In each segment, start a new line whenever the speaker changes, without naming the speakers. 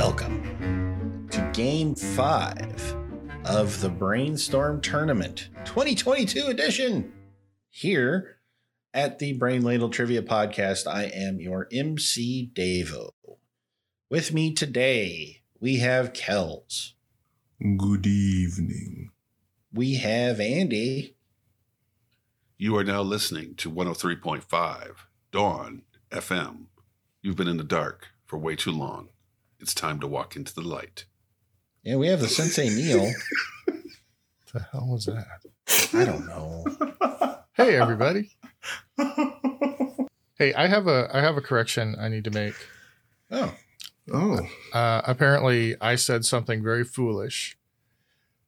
Welcome to game five of the Brainstorm Tournament 2022 edition. Here at the Brain Ladle Trivia Podcast, I am your MC Davo. With me today, we have Kells,
Good evening.
we have Andy,
You are now listening to 103.5 Dawn FM. You've been in the dark for way too long. It's time to walk into the light.
and we have the Sensei Neil.
The hell was that?
I don't know.
hey everybody hey i have a i have a correction i need to make
Oh,
Oh,
uh apparently i said something very foolish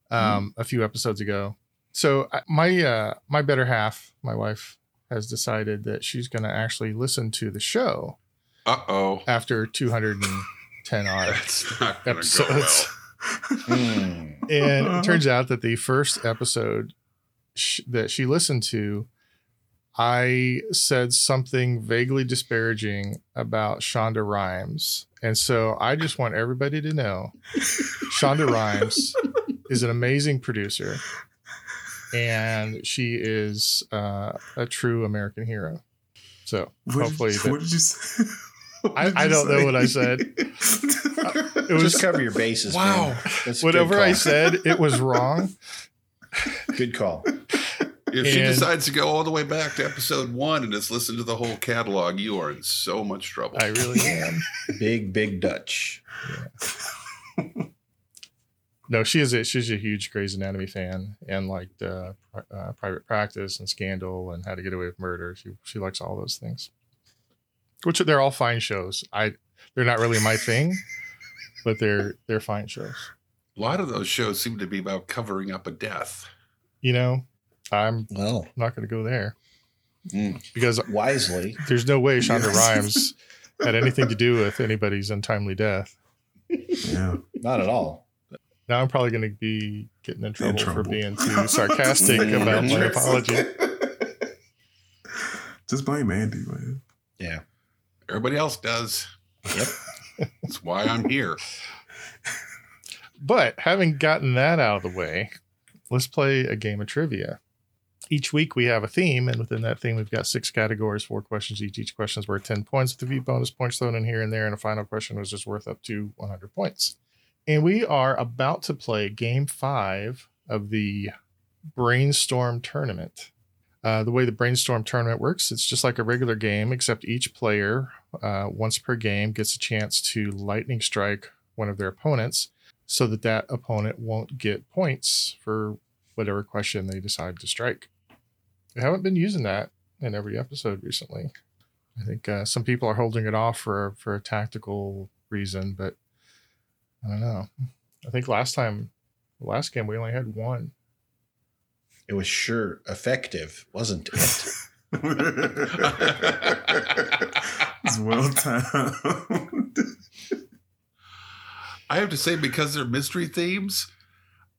um
Mm-hmm.
a few episodes ago so I, my uh my better half my wife has decided that she's going to actually listen to the show
Uh oh.
after 210 odd
That's not going to go well.
episodes
Hmm.
and it turns out that the first episode sh- that she listened to i said something vaguely disparaging about shonda rhimes and so i just want everybody to know shonda rhimes is an amazing producer and she is uh, a true american hero so
what
hopefully
Did,
that-
what did you say? What
I-
did
I
you
don't know
say?
what I said. it was
just cover your bases.
Wow.
Man. That's a good
whatever i
call.
said it was wrong
Good call.
If she
And-
decides to go all the way back to episode one and just listen to the whole catalog, you are in so much trouble.
i really am
Big, big Dutch.
No, she is a she's a huge Grey's Anatomy fan and like uh, pri- uh, Private Practice and Scandal and How to Get Away with Murder. She she likes all those things, which they're all fine shows. I they're not really my thing, but they're they're fine shows.
a lot of those shows seem to be about covering up a death.
You know, I'm
Well,
not going to go there
Mm.
because
wisely.
there's no way Shonda
Yes.
Rhimes had anything to do with anybody's untimely death.
yeah.
Not at all.
Now I'm probably going to be getting in trouble, for
trouble.
being too sarcastic about my apology.
Just blame Andy, man.
Yeah.
Everybody else does.
Yep.
That's why I'm here.
But having gotten that out of the way, let's play a game of trivia. Each week we have a theme, and within that theme, we've got six categories, four questions each. Each question is worth 10 points with a few bonus points thrown in here and there, and a final question was just worth up to 100 points. And we are about to play game five of the brainstorm tournament. Uh, the way the brainstorm tournament works, it's just like a regular game, except each player, uh, once per game, gets a chance to lightning strike one of their opponents so that that opponent won't get points for whatever question they decide to strike. I haven't been using that in every episode recently. I think uh, some people are holding it off for for a tactical reason, but I don't know. I think last time, last game, we only had one.
It was sure effective, wasn't it?
it's well timed.
I have to say, because they're mystery themes,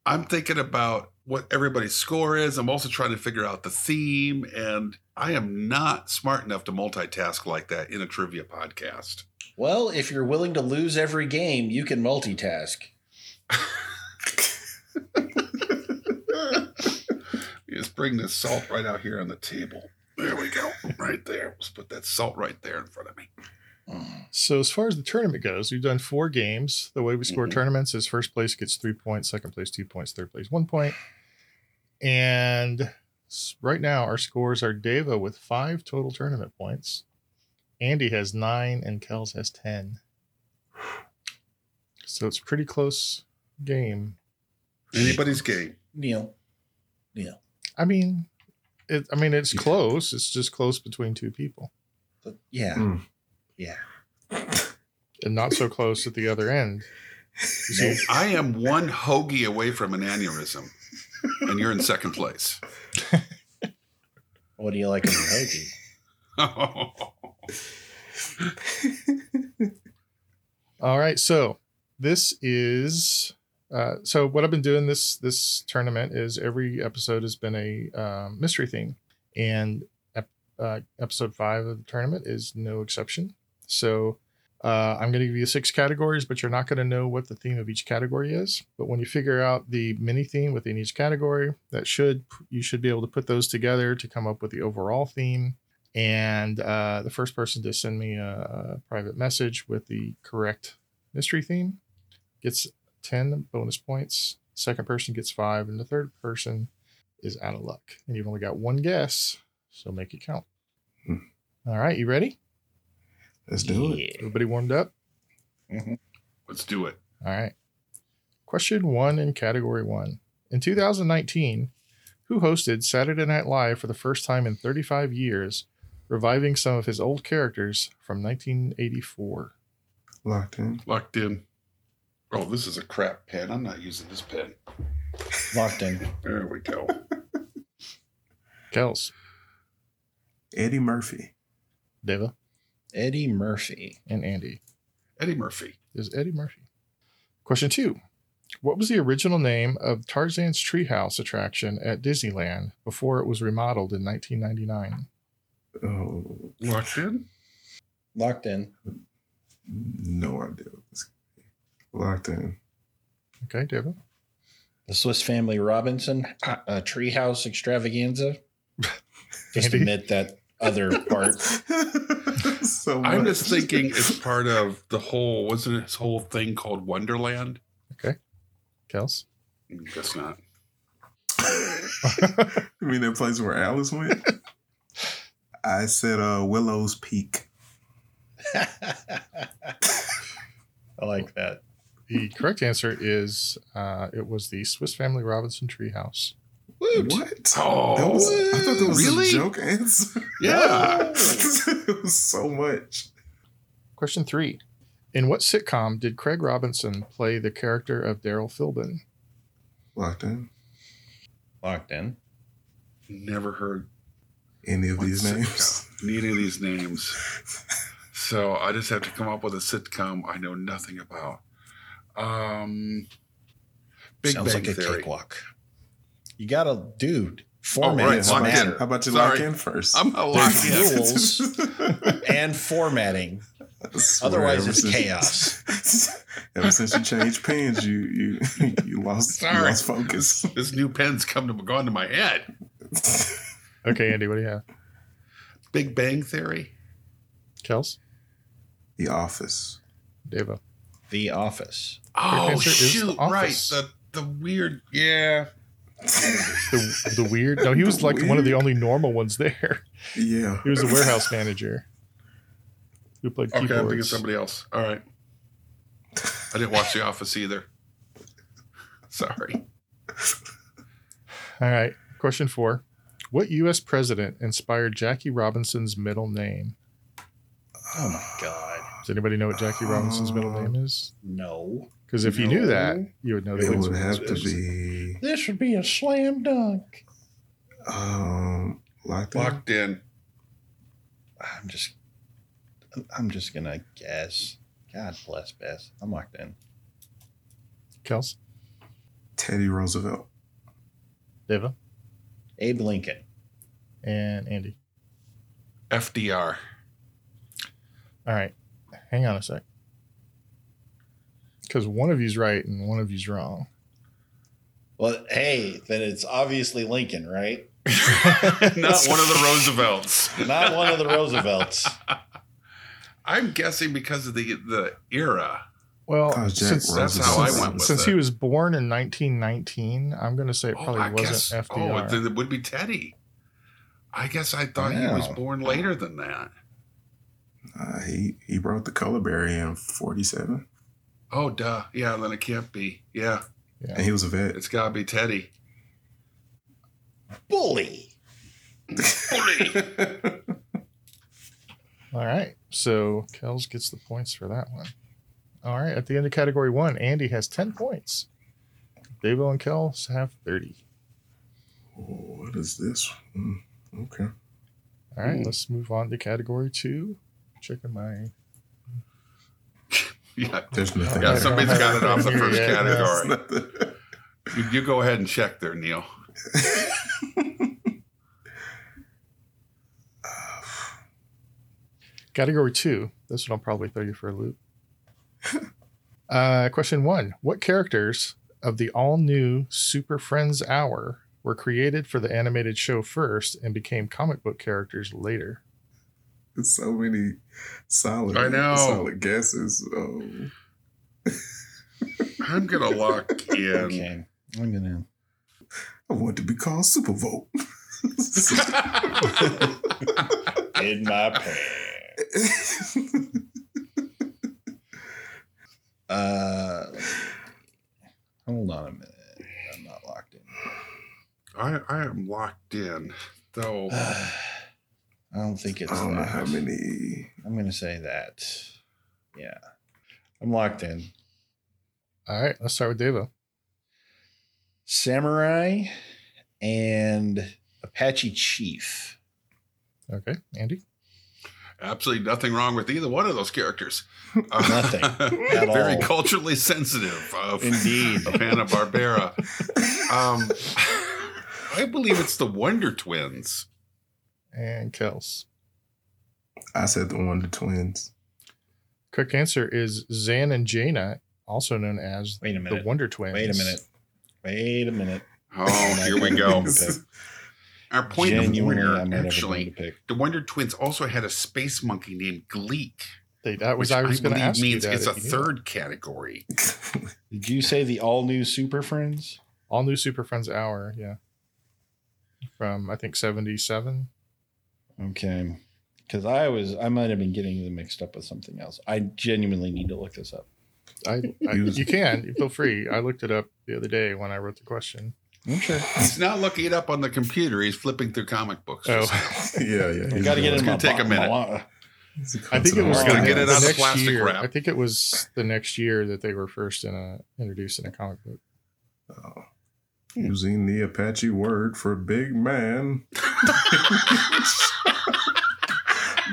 I'm thinking about what everybody's score is. I'm also trying to figure out the theme, and I am not smart enough to multitask like that in a trivia podcast.
well, if you're willing to lose every game, you can multitask.
You just bring this salt right out here on the table. There we go, right there. Let's put that salt right there in front of me.
Mm.
So as far as the tournament goes, we've done four games. The way we score
Mhm.
tournaments is first place gets three points, second place two points, third place one point. And s- right now our scores are Deva with five total tournament points. Andy has nine and Kells has ten. So it's a pretty close game.
Anybody's game.
Neil.
I mean, it, I mean it's close. It's just close between two people,
But yeah.
Mm.
Yeah.
and not so close at the other end. You see,
I am one hoagie away from an aneurysm, and you're in second place.
What do you like in your hoagie?
All right, so this is uh, so what I've been doing this this tournament is every episode has been a um, mystery theme, and ep- uh, episode five of the tournament is no exception. So Uh, I'm going to give you six categories, but you're not going to know what the theme of each category is. But when you figure out the mini theme within each category, that should you should be able to put those together to come up with the overall theme. And uh, the first person to send me a, a private message with the correct mystery theme gets ten bonus points. Second person gets five, and the third person is out of luck. And you've only got one guess, so make it count.
Hmm.
All right, you ready?
Let's do it.
Everybody warmed up?
Let's do it.
All right. Question one in category one. In 2019, who hosted Saturday Night Live for the first time in 35 years, reviving some of his old characters from 1984?
Locked in.
Locked in. Oh, this is a crap pen. I'm not using this pen.
Locked in.
There we go.
Kels,
Eddie Murphy.
Deva,
Eddie Murphy.
and Andy.
Eddie Murphy.
Is Eddie Murphy? Question two. What was the original name of Tarzan's treehouse attraction at Disneyland before it was remodeled in 1999?
Oh,
Locked in.
Locked in.
no idea. what this could be. Locked in.
Okay, Deva.
The Swiss Family Robinson uh, Treehouse Extravaganza. Just
Andy?
admit that other part.
so
I'm
much.
just thinking it's part of the whole, wasn't this whole thing called Wonderland?
Kels.
Guess not.
I mean that place where Alice went? I said uh, Willow's Peak.
I like that.
The correct answer is uh, it was the Swiss Family Robinson treehouse.
Woot.
What?
Oh,
That was, I thought that was
really?
a joke answer.
Yeah.
it was so much.
Question three. In what sitcom did Craig Robinson play the character of Daryl Philbin?
Locked in.
Locked in.
Never heard
Any of
one
these
sitcom.
names?
Any of these names. So I just have to come up with a sitcom I know nothing about. Um, Big
Sounds
Bang
like a
Theory.
cakewalk. You got to, dude,
Oh, right,
format
how, about
matter.
you, how about you
Sorry.
lock in first?
I'm not locked in.
There's rules. and formatting.
I swear,
Otherwise,
ever
it's
since-
chaos.
ever since you changed pins, you you you lost, you
Sorry.
lost focus.
This new pen's come to gone to my head.
Okay, Andy, what do you have?
Big Bang Theory.
Kels?
the Office.
Deva.
The Office.
Oh
answer is
shoot!
The
Right.
Office.
The the weird. Yeah.
The, the weird. No, he was
The
like one of the
weird.
only normal ones there.
yeah,
He was the warehouse manager who played
Okay, I'm thinking
keyboards.
somebody else. All right. I didn't watch The Office either. Sorry.
All right. Question four. What U.S. president inspired Jackie Robinson's middle name?
Oh my God.
Does anybody know what Jackie Robinson's middle
Uh,
name is?
No.
Because if you knew that,
No.
you would know the
it
answer.
would have to
it's-
be
This would be a slam dunk.
um, locked in.
Locked in.
I'm just, I'm just going to guess. God bless Beth. I'm locked in.
Kels?
Teddy Roosevelt.
Deva?
Abe Lincoln.
And Andy.
FDR.
All right. Hang on a sec. Because one of you's right and one of you's wrong.
Well, hey, then it's obviously Lincoln, right?
Not one of the Roosevelts.
Not one of the Roosevelts.
I'm guessing because of the the era.
Well,
Oh, Jack
since,
That's how I went with
since
it.
he was born in 1919, I'm going to say it probably wasn't FDR.
Oh, then it would be Teddy. I guess I thought he
Wow.
was born later than that.
Uh, he he brought the color berry in '47,
Oh, duh. Yeah, then it can't be. Yeah,
and he was a vet.
it's got to be Teddy.
Bully.
Bully.
All right. So Kels gets the points for that one. All right. At the end of category one, Andy has 10 points. Dave and Kels have 30.
what is this? Hmm, okay.
All right.
Ooh.
Let's move on to category two. Checking my.
yeah,
There's nothing.
yeah
Okay.
somebody's got it off the first
Yeah, yeah.
category.
There's nothing.
You, you go ahead and check there, Neil.
Category two This one will probably throw you for a loop. uh, question one What characters of the all new Super Friends Hour were created for the animated show first and became comic book characters later?
It's so many solid,
I know.
solid guesses. Um,
I'm gonna lock in.
Okay. I'm gonna.
I want to be called Super Vote.
In my pants. Uh, hold on a minute. I'm not locked in.
I I am locked in. Though
I don't think it's.
I don't know
that.
how many.
I'm gonna say that. Yeah, I'm locked in.
All right, let's start with Devo.
Samurai and Apache Chief.
Okay, Andy.
absolutely nothing wrong with either one of those characters. Uh,
Nothing at
Very
all.
culturally sensitive of,
Indeed.
of Hanna Barbera. Um, I believe it's the Wonder Twins.
And Kels.
I said the Wonder Twins.
Correct answer is Zan and Jaina, also known as
Wait a
the
minute.
Wonder Twins.
Wait a minute. Wait a minute.
Oh, here we go. Our point
Genuinely, I
of
might have a
order,
bone to
actually,
pick.
the Wonder Twins also had a space monkey named Gleek,
They- that was
which
I
I,
was going to
believe
ask you
means
that
it's a
if you knew that.
third category.
Did you say the all new Super Friends?
all new Super Friends hour. Yeah, from I think seventy seven.
Okay. Because I was, I might have been getting them mixed up with something else. I genuinely need to look this up.
I, I
Use-
you can you feel free. I looked it up the other day when I wrote the question.
I'm sure.
He's not looking it up on the computer. He's flipping through comic books.
Oh,
yeah, yeah.
I got to get
It's
in
gonna
my
take a
bo-
minute.
my-
I think it was
We're gonna
the-
get it
the
out of
next
plastic
year.
wrap.
I think it was the next year that they were first in a introduced in a comic book.
Oh. Using the Apache word for big man. that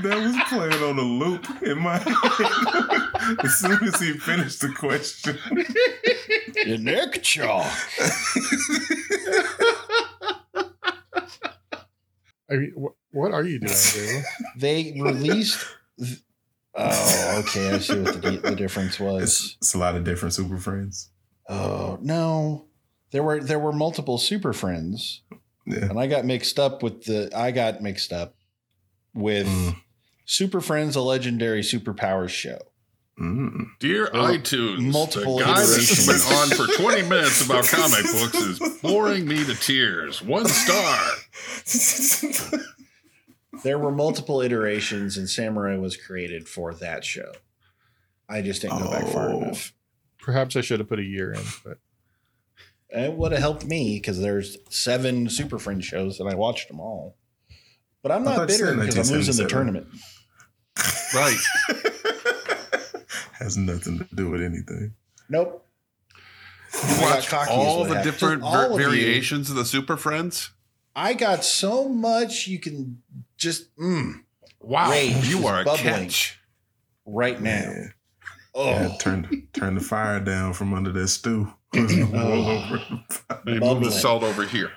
was playing on a loop in my head. as soon as he finished the question.
The neck chalk.
I mean, wh- what are you doing, David?
They released. th- oh, okay. I see what the, di- the difference was.
it's, it's a lot of different super friends.
Oh no, there were there were multiple super friends,
Yeah.
and I got mixed up with the I got mixed up with
Hmm.
Mm.
Super Friends, a legendary superpowers show.
Mm.
Dear
Well,
iTunes,
multiple
the guy that
iterations.
went on for 20 minutes about comic books is boring me to tears. One star.
There were multiple iterations, and Samurai was created for that show. I just didn't go back far
Oh.
enough.
Perhaps I should have put a year in, but
It would have helped me because there's seven Super Friends shows and I watched them all. But I'm
I
not
thought you
bitter
said
because I'm losing the
1977.
tournament.
Right.
Has nothing to do with anything.
Nope. I got
Watch
cocky is
all
what
the
happened.
different
All
ver-
of you.
variations of the Super Friends.
I got so much you can just mm,
Wow.
Rage is
you are a
bubbling.
catch.
right now.
Man.
Oh,
Yeah, turn turn the fire down from under that stew. Roll over.
Let me move
Bubbling.
the salt over here.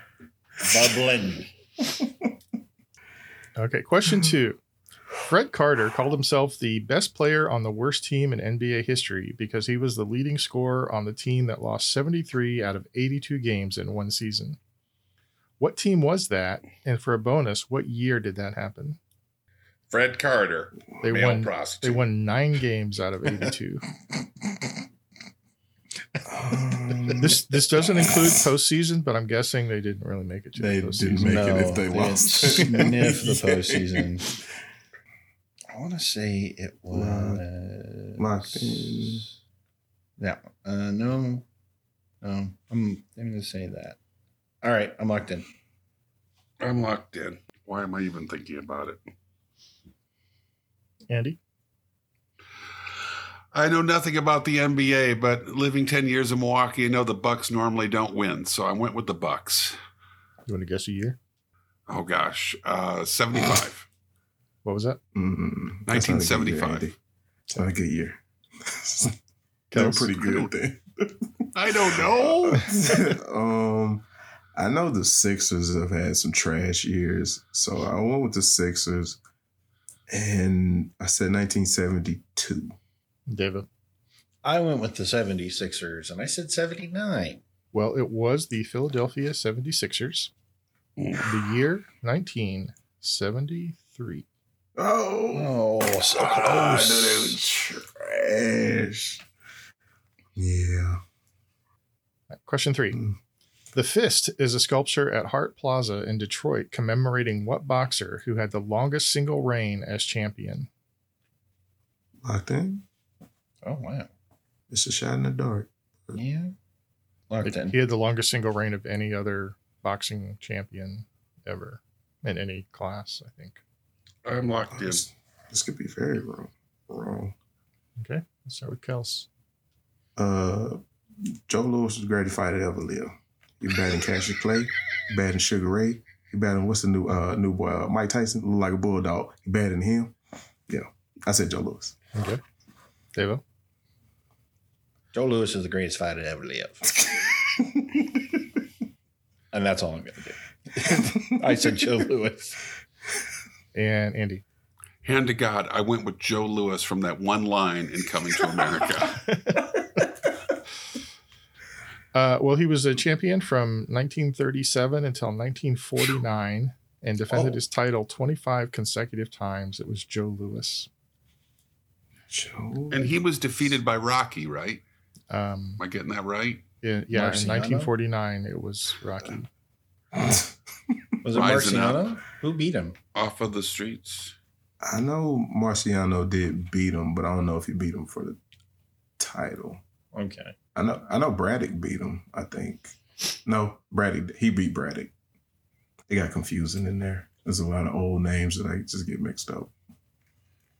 bubbling.
okay. Question two. Fred Carter called himself the best player on the worst team in NBA history because he was the leading scorer on the team that lost 73 out of 82 games in one season. What team was that? And for a bonus, what year did that happen?
Fred Carter,
They
male
won they
prostitute.
won 9 games out of 82.
Um,
this this doesn't include postseason, but I'm guessing they didn't really make it to
They
the
didn't
postseason.
Make it if they lost.
Sniff the
Yeah.
postseason. I want to say it was
Locked in.
That one. Uh, no, no. I'm I'm gonna say that. All right, I'm locked in.
I'm locked in. Why am I even thinking about it?
Andy?
I know nothing about the NBA, but living 10 years in Milwaukee, I know the Bucks normally don't win, so I went with the Bucks.
You want to guess a year?
Oh gosh, uh, 75.
What was that?
Mm-hmm.
Mm, that's not a good year,
1975.
Andy. It's not a good year. They were pretty good then.
I don't know.
um, I know the Sixers have had some trash years, so I went with the Sixers, and I said 1972.
David.
I went with the 76ers and I said 79.
Well, it was the Philadelphia 76ers, the year 1973.
Oh,
Oh, so
Ah, I knew they were
close.
trash. Yeah.
Question three.
Mm.
The fist is a sculpture at Hart Plaza in Detroit commemorating what boxer who had the longest single reign as champion?
Locked in.
Oh, wow.
It's a shot in the dark.
Yeah. Locked in.
He had the longest single reign of any other boxing champion ever in any class, I think.
I'm locked in.
Oh, This, this could be very wrong. Wrong.
Okay, let's start with Kels.
Uh, Joe Louis was the greatest fighter to ever live. He better than Cassius Clay. He better than Sugar Ray. He better than what's the new uh new boy uh, Mike Tyson? Look like a bulldog. He better than him. Yeah, I said Joe Louis.
Okay. Devo?
Joe Lewis is the greatest fighter to ever live. And that's all I'm going to do. I said Joe Lewis.
And Andy.
Hand to God, I went with Joe Lewis from that one line in Coming to America.
Uh, well, he was a champion from 1937 until 1949 and defended
Oh.
his title 25 consecutive times. It was Joe Lewis.
Joe.
and he was defeated by Rocky, right?
Um,
Am I getting that right?
yeah, yeah, in
Marciano?
1949, it was Rocky.
Was it
Rising up.
Marciano? Who beat him?
Off of the streets.
I know Marciano did beat him, but I don't know if he beat him for the title.
Okay.
I know I know Braddock beat him, I think. No, Braddock he beat Braddock. It got confusing in there. There's a lot of old names that I just get mixed up.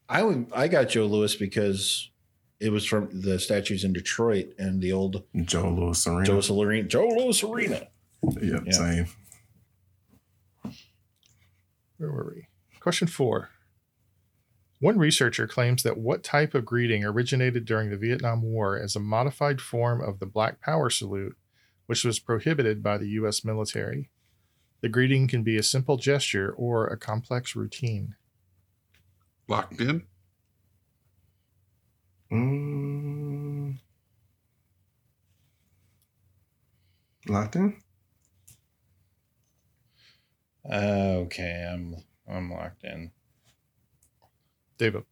I would. I got Joe Lewis because it was from the statues in Detroit and the old
Joe Louis Serena.
Joe Arena. Joe Louis Arena.
yeah,
Yeah.
same.
Where were we? Question four. One researcher claims that what type of greeting originated during the Vietnam War as a modified form of the Black Power salute, which was prohibited by the U.S. military. The greeting can be a simple gesture or a complex routine.
Locked in?
Mm. Locked in?
Uh, Okay, I'm I'm locked in.
David.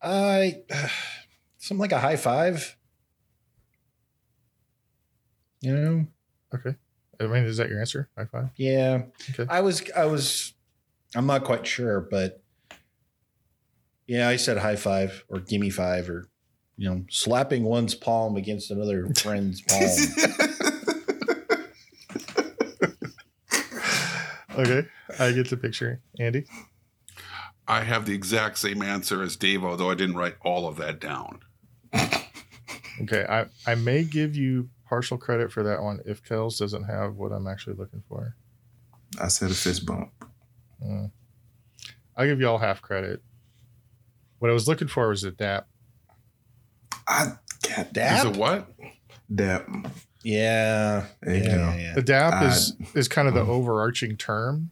I something like a high five. You know?
Okay. I mean, is that your answer? High five.
Yeah.
Okay.
I was I was I'm not quite sure, but yeah, I said high five or gimme five or you know, slapping one's palm against another friend's
Um.
palm.
Okay. I get the picture. Andy.
I have the exact same answer as Dave, although I didn't write all of that down.
Okay. I, I may give you partial credit for that one if Kells doesn't have what I'm actually looking for.
I said a fist bump.
Mm. I'll give y'all half credit. What I was looking for was a dap.
I got that.
Is
Dap?
it what?
Dap.
Yeah.
There you
Yeah, yeah,
go.
yeah.
The dap
Uh,
is is kind of the
mm.
overarching term.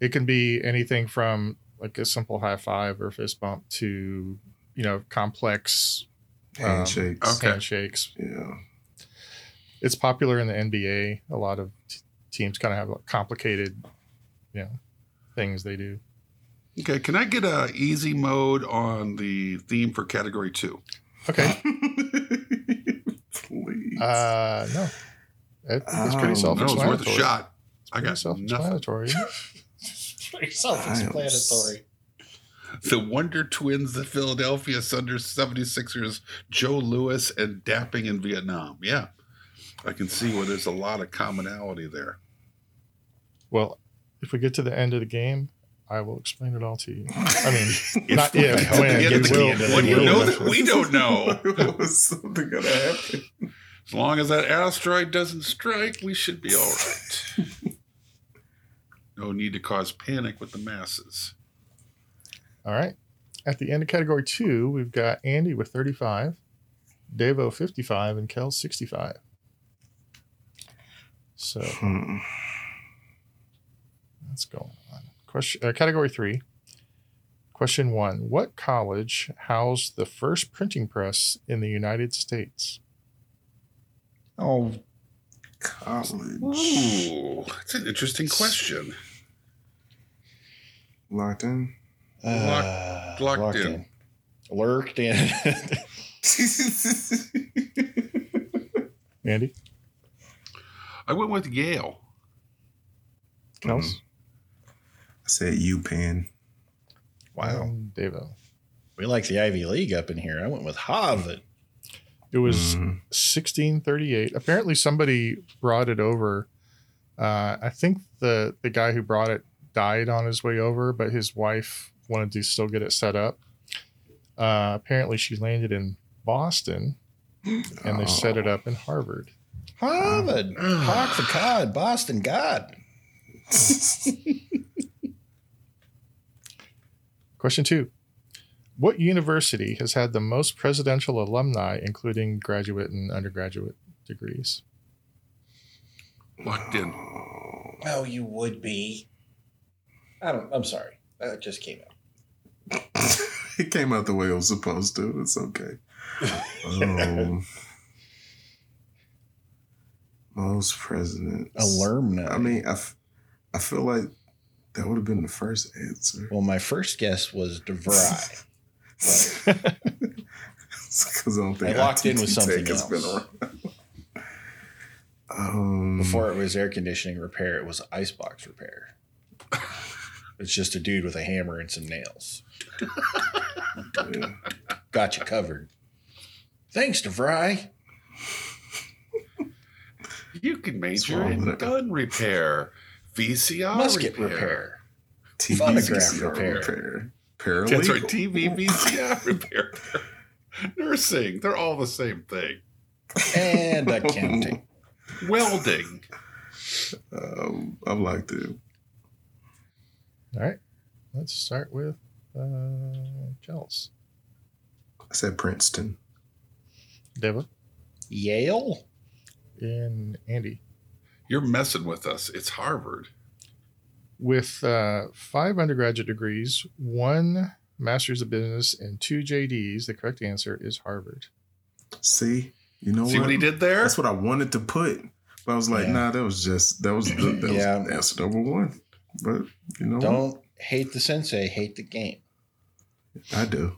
It can be anything from like a simple high five or fist bump to you know complex
Handshakes.
Okay.
handshakes,
Yeah.
it's popular in the NBA. A lot of t- teams kind of have like complicated, you know, things they do.
Okay, can I get a easy mode on the theme for category two?
Okay.
Please.
Uh, no, I think it's pretty
Oh,
Um, No,
self
it was worth a
explanatory.
shot. I
Pretty
got
self
nothing.
explanatory.
Pretty self-explanatory.
The Wonder Twins, the Philadelphia Thunder 76ers, Joe Lewis, and Dapping in Vietnam. Yeah, I can see where there's a lot of commonality there.
well, if we get to the end of the game, I will explain it all to you. I mean,
If
not if,
hope
when.
we
get
you
to the
will-
end of the
you
What do you
will
know that
eventually.
we don't know?
was something gonna happen.
As long as that asteroid doesn't strike, we should be all right. no need to cause panic with the masses.
All right. At the end of category two, we've got Andy with 35, Devo 55, and Kel 65. So
Hmm.
That's going on. Question uh, category three. Question one What college housed the first printing press in the United States?
Oh,
College.
Ooh, that's an interesting question.
Locked in.
Locked- locked in.
Uh, Lurked in.
Andy?
I went with Yale.
Kels?
Mm. I said U Penn.
wow.
Um, Davo.
We like the Ivy League up in here. I went with Harvard.
It was
Mhm.
1638. Apparently, somebody brought it over. Uh, I think the the guy who brought it died on his way over, but his wife wanted to still get it set up. Uh, apparently, she landed in Boston and they set it up in Harvard.
Harvard.
Ah.
Hawk the cod. Boston God.
Mm-hmm.
Question two What university has had the most presidential alumni, including graduate and undergraduate degrees?
Locked in.
Oh, you would be. I don't. I'm sorry. That just came out.
it came out the way it was supposed to. It's okay. Um, most presidents.
Alumni.
I mean, I, f- I feel like that would have been the first answer.
well, my first guess was DeVry.
Because I don't think
I locked in
ITT
with something
Tech has been
else.
around. um,
Before it was air conditioning repair, it was icebox repair. it's just a dude with a hammer and some nails.
yeah.
Got you covered. Thanks, DeVry.
You can major
wrong
in
with it?
gun repair, VCR
Musket repair.
repair.
TV
Phonograph
VCR
repair.
repair. Paralegal.
That's right. TV, VCR repair, nursing. They're all the same thing.
And accounting.
Welding.
Um, I'm locked in.
All right, let's start with uh, Kels.
I said Princeton.
Deva
Yale.
and Andy.
You're messing with us. It's Harvard.
with uh, five undergraduate degrees, one master's of business, and two JDs, the correct answer is Harvard.
See, you know
See what he did there?
That's what I wanted to put, but I was like,
Yeah.
nah, that was just that was the, that
Yeah.
was answer number one. But you know, what?
Don't hate the sensei, hate the game.
I do.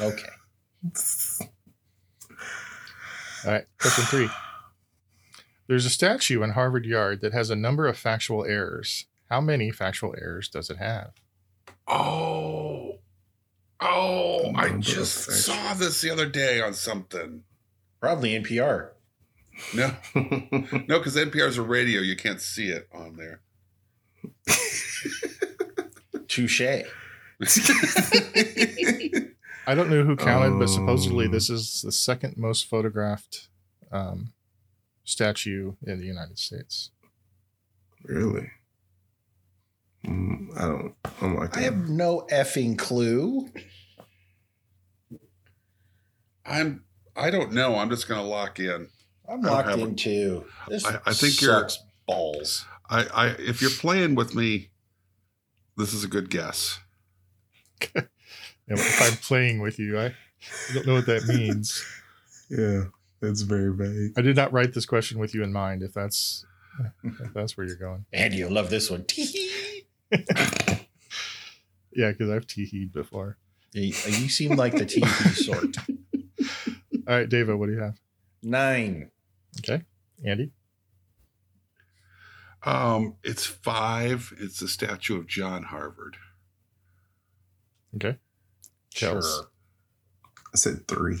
Okay.
All right, question three. There's a statue in Harvard Yard that has a number of factual errors. How many factual errors does it have?
Oh. Oh, I just
Motherfucker.
saw this the other day on something.
Probably NPR.
No, no, because NPR is a radio. You can't see it on there.
Touche.
I don't know who counted, but supposedly
Um.
this is the second most photographed um, statue in the United States.
really? Mm, I don't. I'm like,
I have no effing clue.
I'm. I don't know. I'm just gonna lock in.
I'm
I don't
locked
have a-
in too. This
I- I think you're-
sucks balls.
I, I. If you're playing with me, this is a good guess.
And if I'm playing with you, I I don't know what that means.
yeah, that's very vague.
I did not write this question with you in mind. If that's if that's where you're going,
And you'll love this one. Tee-hee.
yeah, because I've teeheed before.
you you seem like the TV sort.
All right, David, what do you have?
Nine.
Okay, Andy,
Um, it's five. It's the statue of John Harvard.
Chels.
I said three.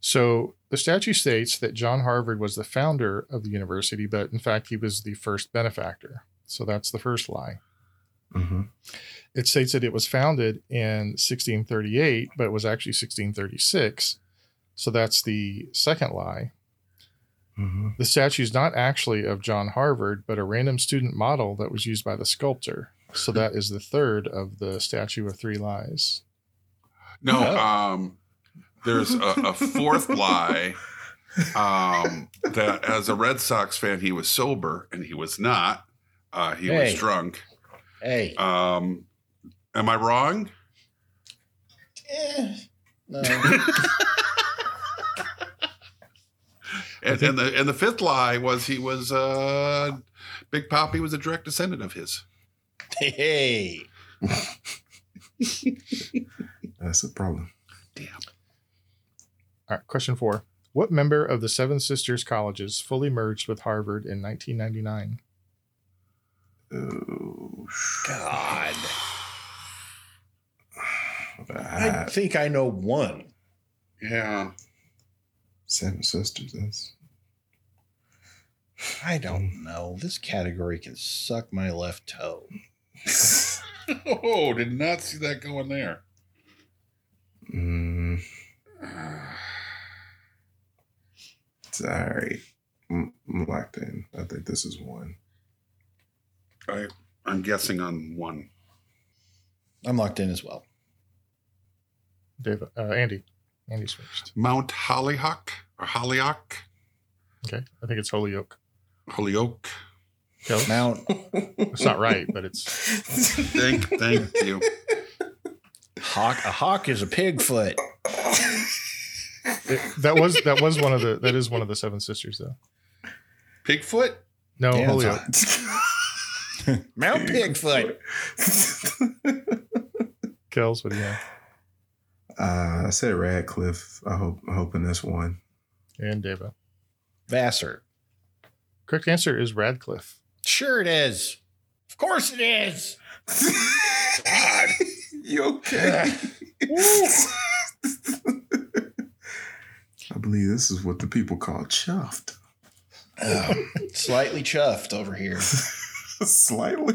So the statute states that John Harvard was the founder of the university, but in fact, he was the first benefactor. So that's the first lie.
Mm-hmm.
It states that it was founded in 1638, but it was actually 1636. So that's the second lie.
Mm-hmm.
The statue is not actually of John Harvard, but a random student model that was used by the sculptor. So that is the third of the statue of three lies.
No,
No.
um, there's a, a fourth lie um, that, as a Red Sox fan, he was sober and he was not. Uh, he was
Hey.
drunk.
Hey,
Um, Am I wrong?
Eh, no.
And, and the and the fifth lie was he was uh, Big Poppy was a direct descendant of his.
hey.
That's a problem.
All right, question four. What member of the Seven Sisters colleges fully merged with Harvard in 1999?
Oh,
God. I
I,
think I know one.
Yeah.
seven sisters. That's
I
Hmm.
don't know. This category can suck my left toe.
Oh, did not see that going there.
mm, sorry. I'm I'm locked in. I think this is one.
I I'm guessing on one.
I'm locked in as well.
Dave, uh, Andy. Andy's first.
Mount Hollyhock or Hollyock?
Okay. I think it's Holyoke.
Hollyoke.
Kelly?
Mount
It's not right, but it's
Thank thank you.
Hawk. A hawk is a pig foot.
it, that was that was one of the that is one of the Seven Sisters though.
Pigfoot?
No,
Yeah, it's
Holyoke.
Mount Pigfoot.
Kells, what do you have?
Uh, I said Radcliffe. I hope I'm hoping that's one.
And Deva.
Vassar.
Correct answer is Radcliffe.
Sure it is. Of course it is.
God, you okay? I believe this is what the people call chuffed.
Oh, slightly chuffed over here.
Slightly.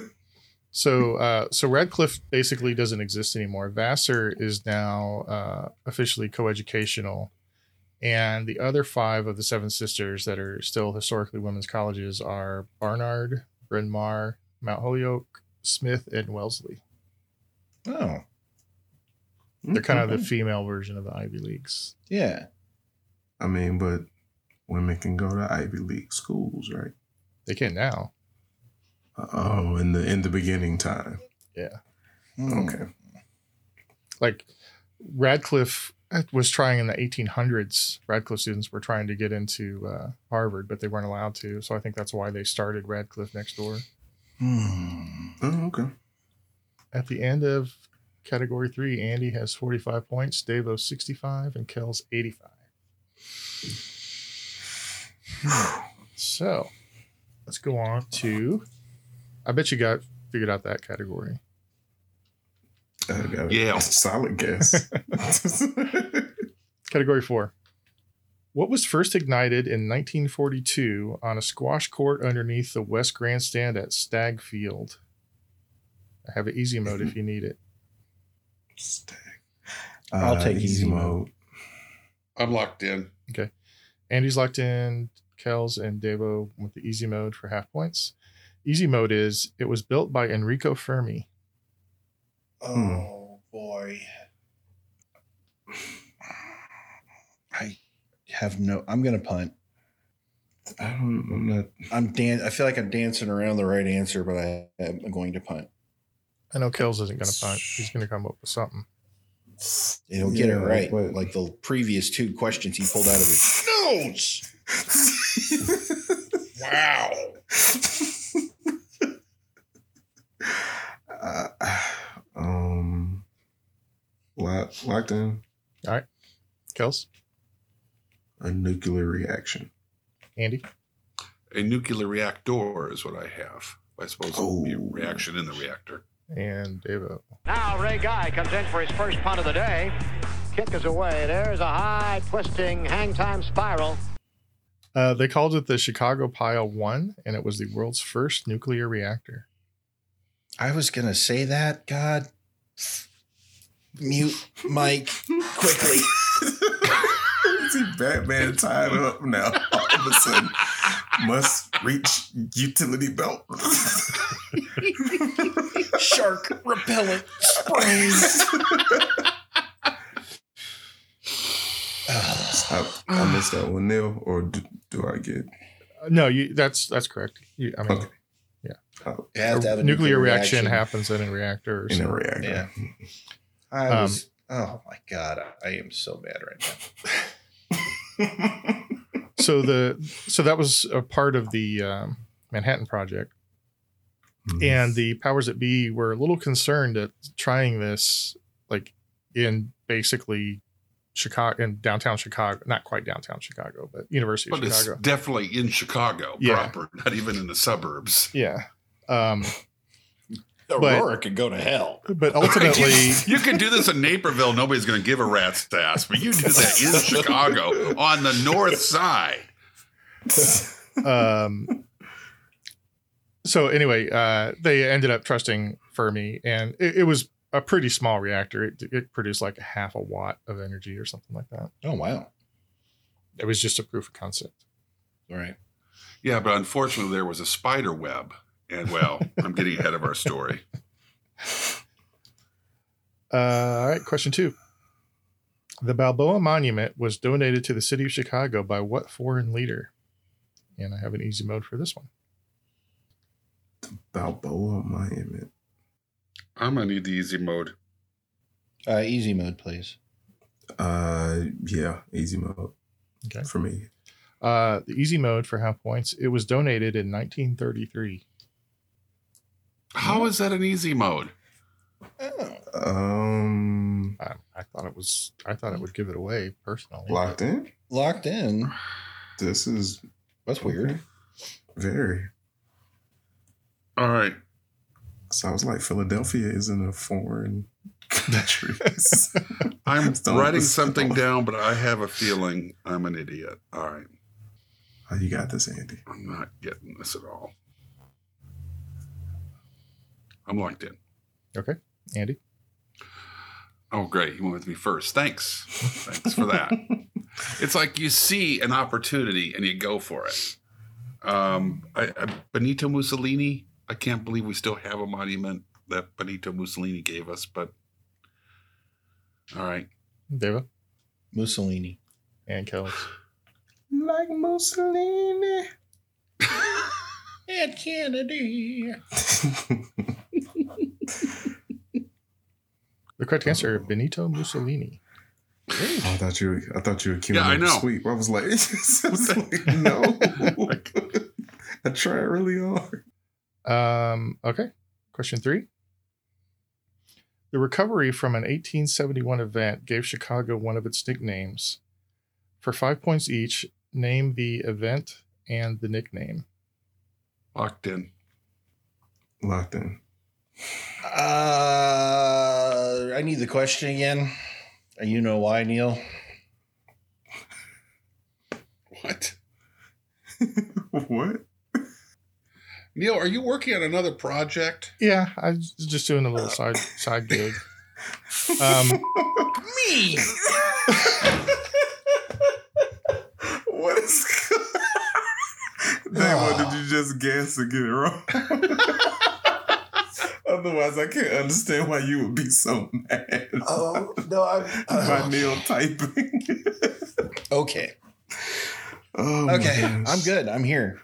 So uh, so Radcliffe basically doesn't exist anymore. Vassar is now uh, officially coeducational. And the other five of the seven sisters that are still historically women's colleges are Barnard, Bryn Mawr, Mount Holyoke, Smith, and Wellesley.
Oh,
They're kind of the female version of the Ivy Leagues.
yeah.
I mean, but women can go to Ivy League schools, right?
They can now.
Oh, in the in the beginning time.
Hmm.
Okay.
Like Radcliffe uh, was trying in the 1800s. Radcliffe students were trying to get into uh, Harvard, but they weren't allowed to. So I think that's why they started Radcliffe next door.
Hmm.
Oh, okay.
At the end of category three, Andy has 45 points, Davo 65, and Kells 85. So let's go on to. I bet you got figured out that category.
I got it.
Yeah.
Solid guess.
Category four. What was first ignited in 1942 on a squash court underneath the West Grandstand at Stagg Field? I have an easy mode if you need it.
I'll
Uh,
take easy
I'm locked in.
Andy's locked in. Kells and Devo with the easy mode for half points. Easy mode is it was built by Enrico Fermi.
Hmm.
Oh boy. I have no I'm gonna punt.
I don't. I'm not.
I'm dan I feel like I'm dancing around the right answer, but I am going to punt.
I know Kells isn't going to punt. He's going to come up with something.
It'll get it
Yeah,
right.
but-
Like the previous two questions he pulled out of his notes.
Wow.
Uh, um. Lock, locked in.
Kells,
A nuclear reaction.
Andy,
A nuclear reactor is what I have. I suppose it would be a
Oh.
reaction in the reactor.
and Devo.
Now Ray Guy comes in for his first punt of the day. Kick is away. There's a high twisting hang time spiral.
Uh, they called it the Chicago Pile 1, and it was the world's first nuclear reactor.
I was gonna say that, God. Mute Mike quickly.
See Batman tied up now. All of a sudden, must reach utility belt.
Shark repellent sprays. Ugh.
I, I missed that one, Neil. Or do, do I get?
Uh, no, you that's that's correct. You, I mean,
Okay.
You have to have a
nuclear reaction, happens in a reactor. Or
in a
something.
reactor.
Yeah. I
Um,
was. oh my god, I, I am so mad right now.
so the so that was a part of the um, Manhattan Project,
Hmm.
and the powers that be were a little concerned at trying this, like in basically Chicago, in downtown Chicago, not quite downtown Chicago, but University of
But it's
Chicago.
definitely in Chicago
Yeah.
proper, not even in the suburbs.
Yeah. Um, But-
Aurora could go to hell.
but ultimately,
you can do this in Naperville. Nobody's going to give a rat's ass, but you do that in Chicago on the north side.
um, so anyway, uh, they ended up trusting Fermi, and it, it was a pretty small reactor. It, it produced like a half a watt of energy or something like that.
Oh wow.
It was just a proof of concept.
All right.
Yeah, but unfortunately, there was a spider web. And well, I'm getting ahead of our story.
Uh, all right, question two. The Balboa Monument was donated to the city of Chicago by what foreign leader? And I have an easy mode for this one.
Balboa Monument.
I'm going to need the easy mode.
Uh, easy mode, please.
Uh, yeah, easy mode.
Okay.
For me,
Uh, the easy mode for half points. It was donated in 1933.
How is that an easy mode?
Oh.
um,
I, Uh, I thought it was. I thought it would give it away personally.
locked in.
Locked in.
This is
That's weird.
very
All right.
sounds like Philadelphia is in a foreign country.
I'm
Stop.
writing something down, but I have a feeling I'm an idiot. All right.
How you got this, Andy?
I'm not getting this at all. I'm locked in.
Okay, Andy.
Oh, great. You went with me first. Thanks. Thanks for that. it's like you see an opportunity and you go for it. Um, I, I, Benito Mussolini, I can't believe we still have a monument that Benito Mussolini gave us, but all right.
Deva
Mussolini.
and Kelly.
Like Mussolini.
At Kennedy.
The correct answer: Benito Mussolini.
Oh, I thought you were, I thought you were killing
Yeah, I
me
know.
sweet. I was like, I was like no. I tried really hard.
Um, okay. Question three. The recovery from an 1871 event gave Chicago one of its nicknames. For five points each, name the event and the nickname.
Locked in.
Locked in.
Uh, I need the question again. Uh, You know why, Neil?
What?
What?
Neil, are you working on another project?
Yeah, I was just doing a little side side gig. Um,
Me.
what is? Damn,
Ah.
what did you just guess and get it wrong? Otherwise, I can't understand why you would be so mad
Oh no! I'm
by Neil typing.
okay.
oh, my
Okay,
gosh.
I'm good. I'm here.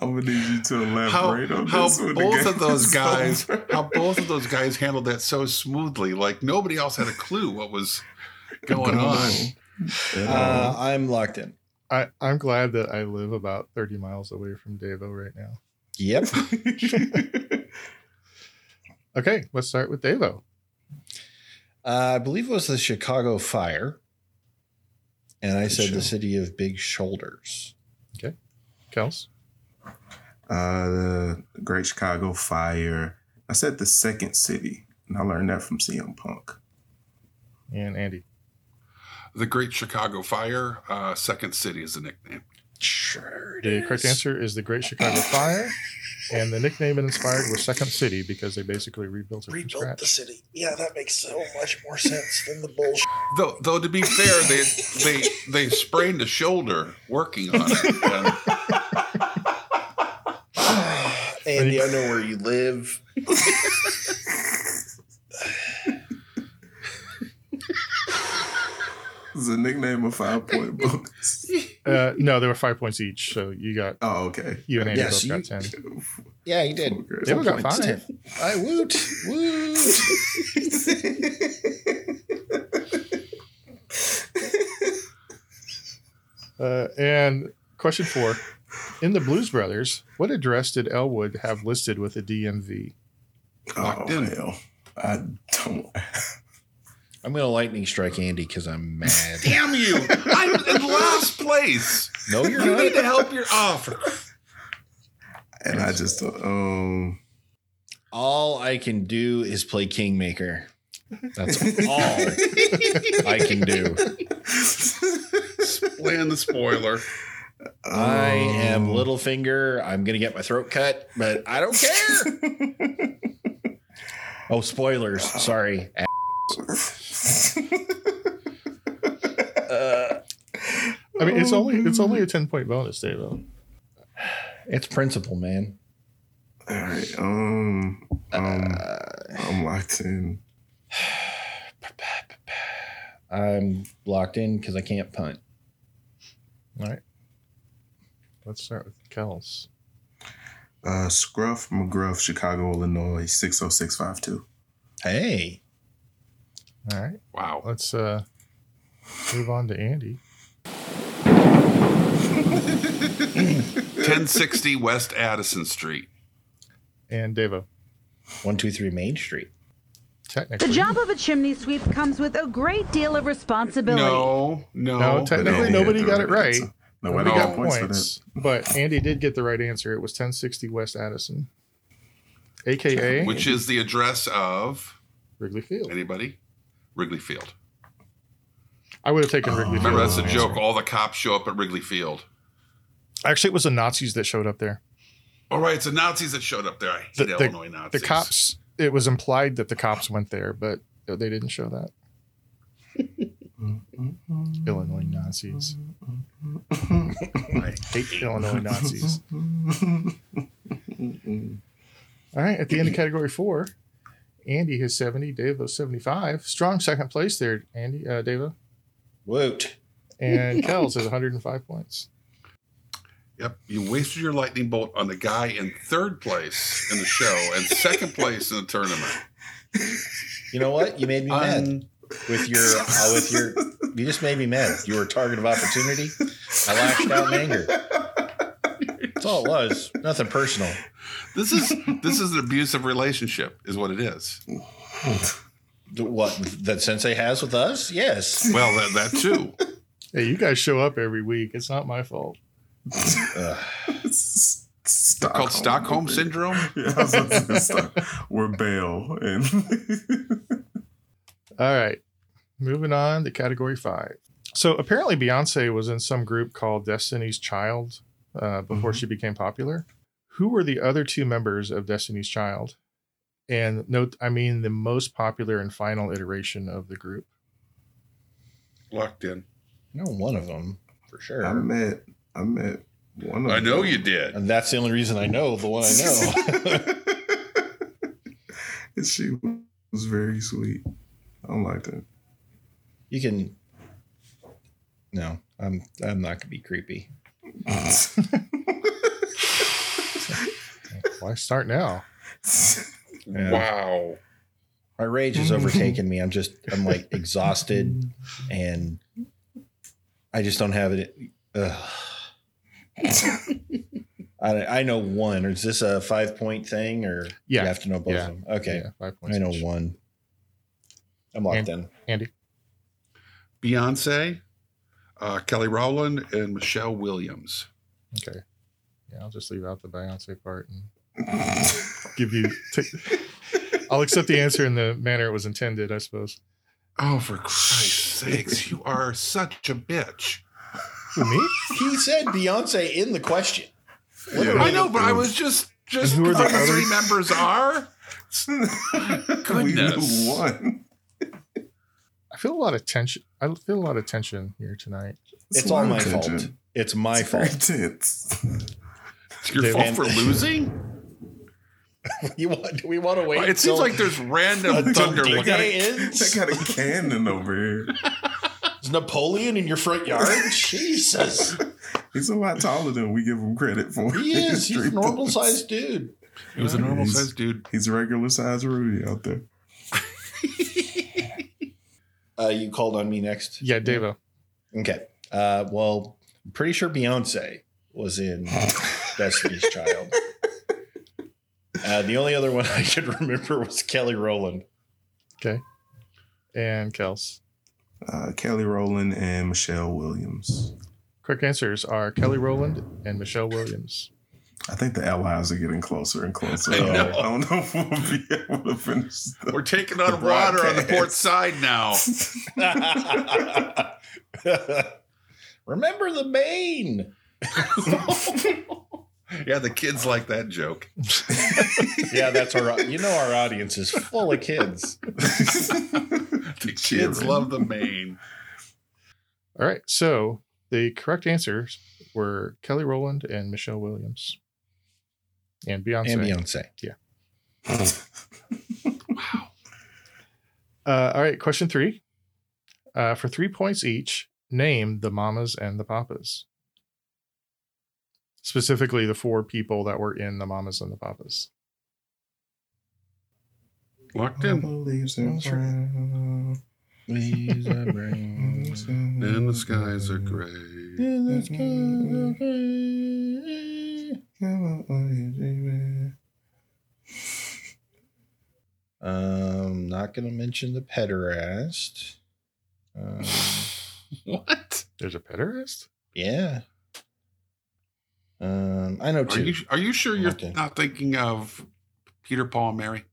I'm gonna need you to
How,
elaborate on
how
this. when the
both
game
of those
is
guys,
over.
how both of those guys handled that so smoothly. Like nobody else had a clue what was going on.
At all.
Uh, I'm locked in.
I, I'm glad that I live about 30 miles away from Davo right now.
Yep.
Okay, let's start with Davo.
Uh, I believe it was the Chicago Fire, and I
Good
said
show.
the city of big shoulders.
Kels.
Uh, the Great Chicago Fire. I said the second city, and I learned that from CM Punk.
And Andy.
The Great Chicago Fire, uh, Second City is the nickname.
Sure. it
The
is.
correct answer is the Great Chicago Fire, and the nickname it inspired was Second City because they basically rebuilt it from
Rebuilt
scratch.
the city. Yeah, that makes so much more sense than the bullshit.
Though, though to be fair, they they they sprained a shoulder working on it. And
Andy, I know where you live.
It's a nickname of five point bonus.
Uh, no, they were five points each. So you got
Oh, okay. Oh,
you and Andy
Yes,
both got
you-
ten.
Yeah, he did.
Okay.
They were got
Points,
five.
Tim. I woot woot.
Uh, and question four: In the Blues Brothers, what address did Elwood have listed with the DMV?
Oh,
Locked in.
hell. I don't.
I'm gonna lightning strike Andy because I'm mad.
Damn you! I'm in last place.
no, you're
You
not.
need to help your oh, offer.
And I just uh, um.
All I can do is play Kingmaker. That's all I can do.
Land the spoiler.
I am
um,
Littlefinger. I'm gonna get my throat cut, but I don't care. oh, spoilers! Sorry. Uh,
I mean, it's only it's only a ten point bonus, Dave.
it's principle, man.
All right. Um. Um.
Uh,
I'm locked in.
I'm locked in because I can't punt.
All right. Let's start with Kels.
Uh, Scruff McGruff, Chicago, Illinois, six zero six five two.
Hey,
All right.
Wow.
Let's uh move on to Andy.
1060 West Addison Street.
And Devo.
one two three Main Street.
Technically.
The job of a chimney sweep comes with a great deal of responsibility.
No, no.
No, technically nobody got it right.
Nobody
We
No.
got
got
points,
points, but Andy did get the right answer. It was 1060 West Addison, aka
Which is the address of
Wrigley Field.
anybody? Wrigley Field.
I would have taken Wrigley Field.
Remember,
as
that's a
an
joke.
answer.
All the cops show up at Wrigley Field.
Actually, it was the Nazis that showed up there.
All right, it's the Nazis that showed up there. I hate
The- the-
Illinois Nazis.
The cops. It was implied that the cops went there, but they didn't show that.
for
Illinois Nazis.
that.
I hate Illinois Nazis. All right, at the end of category four, Andy has 70, Devo 75. Strong second place there, Andy, uh, Devo.
Woot.
And Kels has 105 points.
Yep. You wasted your lightning bolt on the guy in third place in the show and second place in the tournament. Um,
You know what? You made me mad.
Un-
with your uh, with your you just made me mad you were a target of opportunity i lashed out in anger that's all it was nothing personal
this is this is an abusive relationship, is what it is.
The- what that sensei has with us yes
Well, that, that too.
Hey, you guys show up every week. It's not my fault.
Ugh.
Stockholm.
Called Stockholm syndrome.
Yeah, I was about to say Stock- We're Bale and
All right. Moving on to category five. So apparently, Beyonce was in some group called Destiny's Child uh, before
Mm-hmm.
Mhm.
she became popular. Who were the other two members of Destiny's Child? And note, I mean, the most popular and final iteration of the group.
Locked in.
no one of them for sure
I met I met one of
I know
them.
you did.
and that's the only reason i know the one i know
and she was very sweet. I don't like that.
you can no i'm i'm not gonna be creepy
Why start now?
Yeah.
Wow.
my rage has overtaken me i'm just i'm like exhausted and i just don't have it Ugh. I, I know one. Or is this a five point thing, or
Yeah.
you have to know both of
Yeah.
them? Okay,
Yeah, five points.
I know
each.
one. I'm locked in.
Andy.
Beyonce, uh, Kelly Rowland, and Michelle Williams.
Okay. Yeah, I'll just leave out the Beyonce part and give you. i I'll accept the answer in the manner it was intended, I suppose.
Oh, for Christ's sakes, you are such a bitch.
Who, me?
He said Beyonce in the question.
I know, but I was just just
Who are the
what the
others?
three members are.
we
Goodness.
knew one.
I feel a lot of tension. I feel a lot of tension here tonight.
It's, all
one
my
attention.
fault. It's my
It's
fault.
pretense.
It's your
They-
fault
and-
for losing.
You want? Do we want to wait?
It seems
till
like there's random
the
thunder.
day
Like,
ends?
They got a cannon over here.
Is Napoleon in your front yard? Jesus.
He's a lot taller than we give him credit for.
He is. He's a
Street
normal
books.
sized dude.
It was a normal
He's-
size dude.
He's a regular size Rudy out there.
Uh, you called on me next.
Yeah, Devo.
Okay. Uh, well, I'm pretty sure Beyonce was in Destiny's Child. Uh, the only other one I could remember was Kelly Rowland.
And Kels.
Uh, Kelly Rowland and Michelle Williams.
Correct answers are Kelly Rowland and Michelle Williams.
I think the allies are getting closer and closer.
I know.
I don't know if we'll be able to finish. the-
We're taking on water on the port
Broadcast.
side now.
remember the Bane.
Yeah, the kids like that joke.
Yeah, that's our. You know, our audience is full of kids.
The kids
Children.
love the Maine.
All right. So the correct answers were Kelly Rowland and Michelle Williams. And Beyonce.
And Beyonce.
Uh, all right. Question three. Uh, for three points each, name the mamas and the papas. Specifically, the four people that were in the mamas and the papas.
Locked
Mama
in.
leaves in brown.
And the skies are gray.
Mm-hmm. Um, not gonna mention the pederast. Um,
What?
There's a pederast?
yeah. Um, I know
Are
two.
you are you sure you're
Locked in.
not thinking of Peter, Paul, and Mary?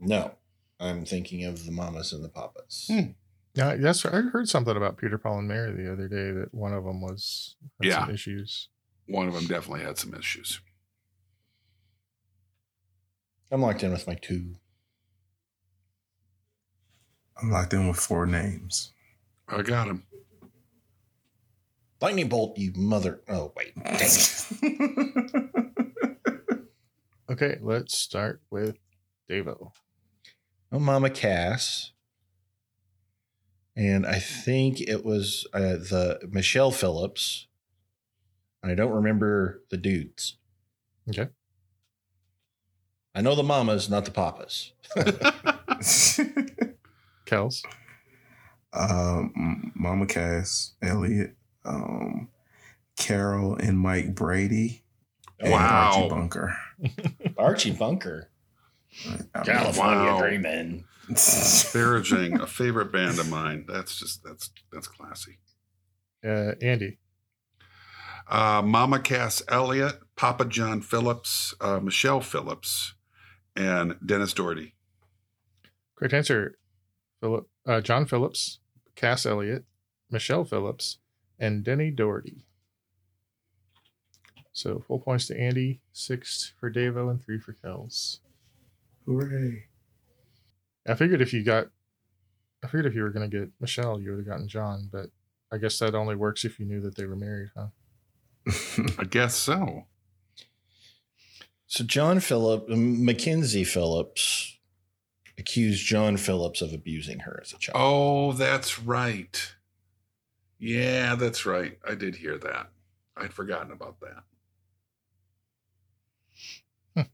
no, I'm thinking of the mamas and the papas.
Hmm.
Yeah, that's I heard something about Peter Paul and Mary the other day that one of them was had
Yeah.
some issues.
One of them definitely had some issues.
I'm locked in with my two.
I'm locked in with four names.
I got him.
Lightning bolt, you mother! Oh wait, dang it.
Okay, let's start with Devo.
Oh, Mama Cass. And I think it was uh, the Michelle Phillips. And I don't remember the dudes.
Okay.
I know the mamas, not the papas.
Kels.
um, Mama Cass, Elliot, um, Carol, and Mike Brady. And
Wow.
Archie Bunker.
Archie Bunker.
I mean,
California Wow.
Dreamin'.
Disparaging a favorite band of mine. That's just that's that's classy.
Uh, Andy.
Uh, Mama Cass Elliott, Papa John Phillips, uh, Michelle Phillips, and Dennis Doherty.
Correct answer. Philip uh, John Phillips, Cass Elliott, Michelle Phillips, and Denny Doherty. So four points to Andy, six for Devo, and three for Kels.
Hooray.
I figured if you got I figured if you were gonna get Michelle, you would have gotten John, but I guess that only works if you knew that they were married, huh?
I guess so.
So John Phillips, um, Mackenzie Phillips accused John Phillips of abusing her as a child.
Oh, that's right. Yeah, that's right. I did hear that. I'd forgotten about that.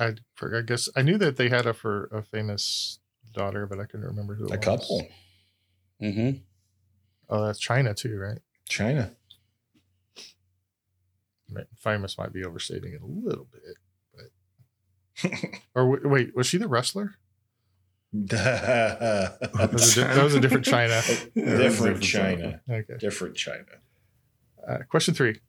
I for, I guess I knew that they had a for a famous daughter, but I couldn't remember who. It
a
was.
couple.
Mm-hmm.
Oh, that's China too, right?
China.
Ma- Famous might be overstating it a little bit, but or w- wait, was she the wrestler? That was, a di- that was a different China.
different China.
Okay.
Different China.
Uh, question three: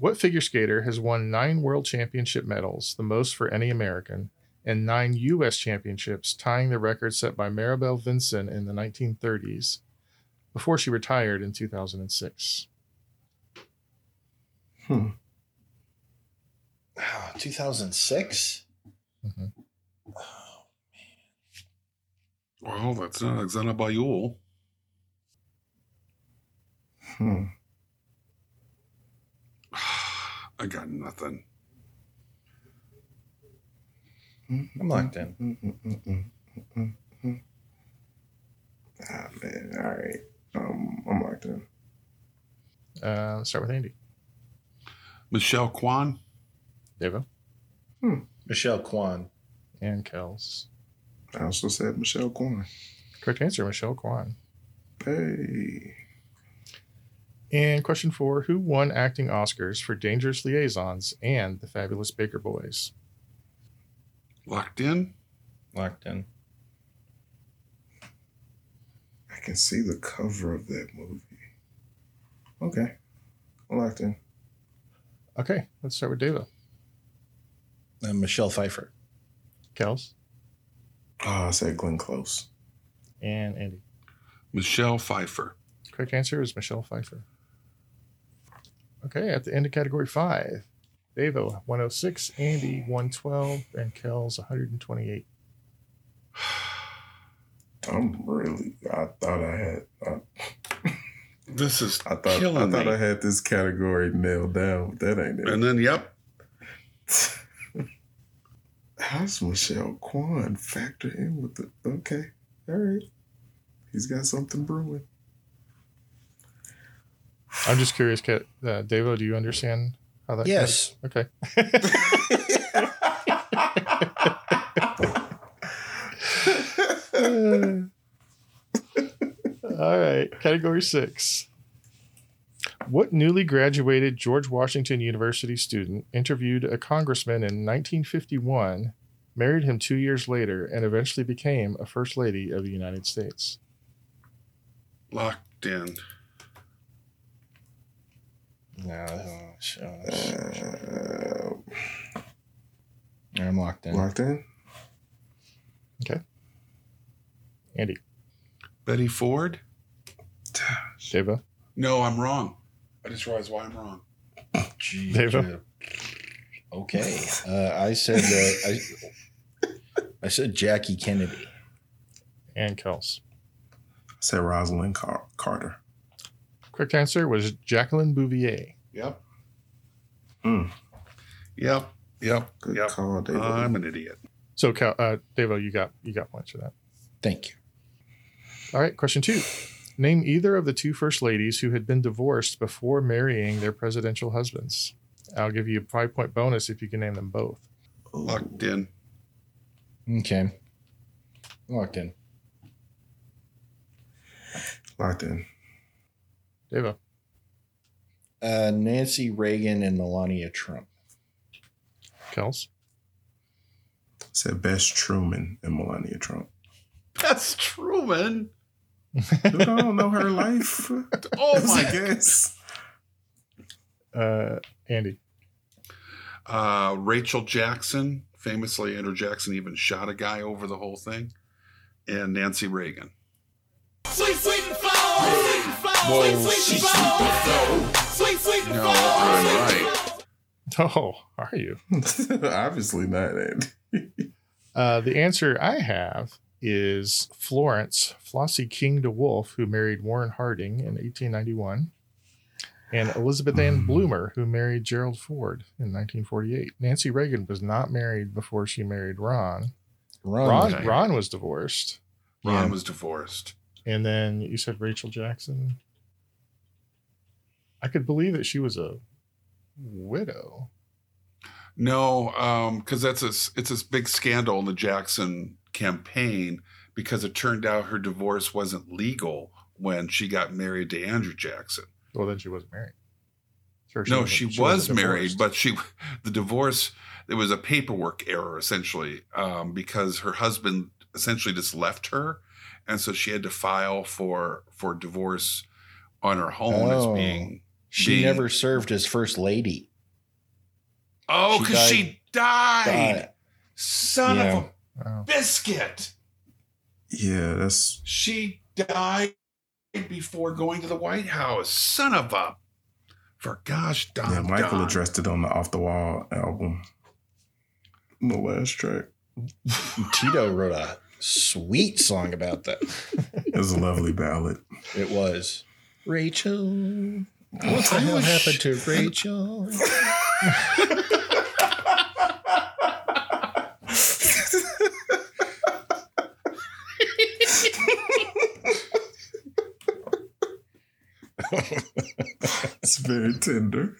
What figure skater has won nine world championship medals, the most for any American, and nine U.S. championships, tying the record set by Maribel Vincent in the 1930s, before she retired in 2006?
Wow, 2006?
Mhm.
Well, that's not Alexander Bayul.
Hmm.
I got nothing.
I'm locked in.
hmm, Ah, man. All right. Um, I'm locked
Uh, let's start with Andy.
Michelle Kwan.
Devo
Michelle Kwan.
and Kels.
I also said Michelle Kwan.
Correct answer, Michelle Kwan.
Hey.
And question four: Who won acting Oscars for Dangerous Liaisons and The Fabulous Baker Boys?
Locked in.
Locked in.
I can see the cover of that movie. Okay. I'm locked in.
Okay, let's start with Devo.
Uh, Michelle Pfeiffer.
Kels
Oh, I said Glenn Close.
and Andy.
Michelle Pfeiffer.
Correct answer is Michelle Pfeiffer. Okay, at the end of category five, Devo 106, Andy 112, and Kells 128.
I'm really. I thought I had. I,
This is
I thought.
killing
I thought
me.
I had this category nailed down. But that ain't it.
and then, yep,
How's Michelle Kwan factor in with the okay? All right, he's got something brewing.
I'm just curious, Ke- uh, Devo, do you understand how that?
Yes.
Okay. All right, category six. What newly graduated George Washington University student interviewed a congressman in 1951, married him two years later, and eventually became a First Lady of the United States?
locked in.
No. oh, sh- oh, sh-
Uh,
I'm locked in.
locked in.
Andy,
Betty Ford.
Deva,
No, I'm wrong. I just realized why I'm wrong.
Gee,
Devo.
uh, Okay. Uh, I said uh, I, I said Jackie Kennedy.
and Kels.
I said Rosalind Car- Carter.
Correct answer was Jacqueline Bouvier.
Yep.
Mm.
Yep. Yep.
Good
Yep.
call, David.
I'm an idiot.
So, Kel- uh, Devo, you got you got points for that.
Thank you.
All right, question two. Name either of the two first ladies who had been divorced before marrying their presidential husbands. I'll give you a five point bonus if you can name them both.
Ooh,
Locked in.
Okay. Locked in.
locked in.
Devo
Uh, Nancy Reagan and Melania Trump.
Kels
I said Bess Truman and Melania Trump.
That's Truman.
Dude, I don't know her life.
Oh
That's a
my.
guess.
uh, Andy,
Uh, Rachel Jackson. Famously, Andrew Jackson even shot a guy over the whole thing. And Nancy Reagan. No, I'm right.
oh, are you?
Obviously not. Andy.
Uh, the answer I have is Florence Flossie King DeWolf, who married Warren Harding in 1891, and Elizabeth Ann
Hmm.
Bloomer, who married Gerald Ford in 1948. Nancy Reagan was not married before she married Ron.
Ron.
Ron,
Okay.
Ron was divorced.
Ron
Yeah.
was divorced.
And then you said Rachel Jackson. I could believe that she was a widow.
No, because that's a s- it's this big scandal in the Jackson campaign because it turned out her divorce wasn't legal when she got married to Andrew Jackson.
Well, then she wasn't married. Sure,
no,
wasn't-
she, was
wasn't
married,
divorced.
but she the divorce there was a paperwork error essentially um, because her husband essentially just left her, and so she had to file for for divorce on her own
Oh.
as being
She
She-
never served as first lady.
oh
She
because
died-
she died,
Died.
son
Yeah.
of
Oh.
a biscuit.
Yeah, that's
She died before going to the White House. Son of a. For gosh darn.
yeah. Michael
darn.
addressed it on the Off the Wall album. The last track.
Uh, Tito wrote a sweet song about that.
It was a lovely ballad.
It was Rachel.
What
What the hell happened to Rachel?
It's very tender.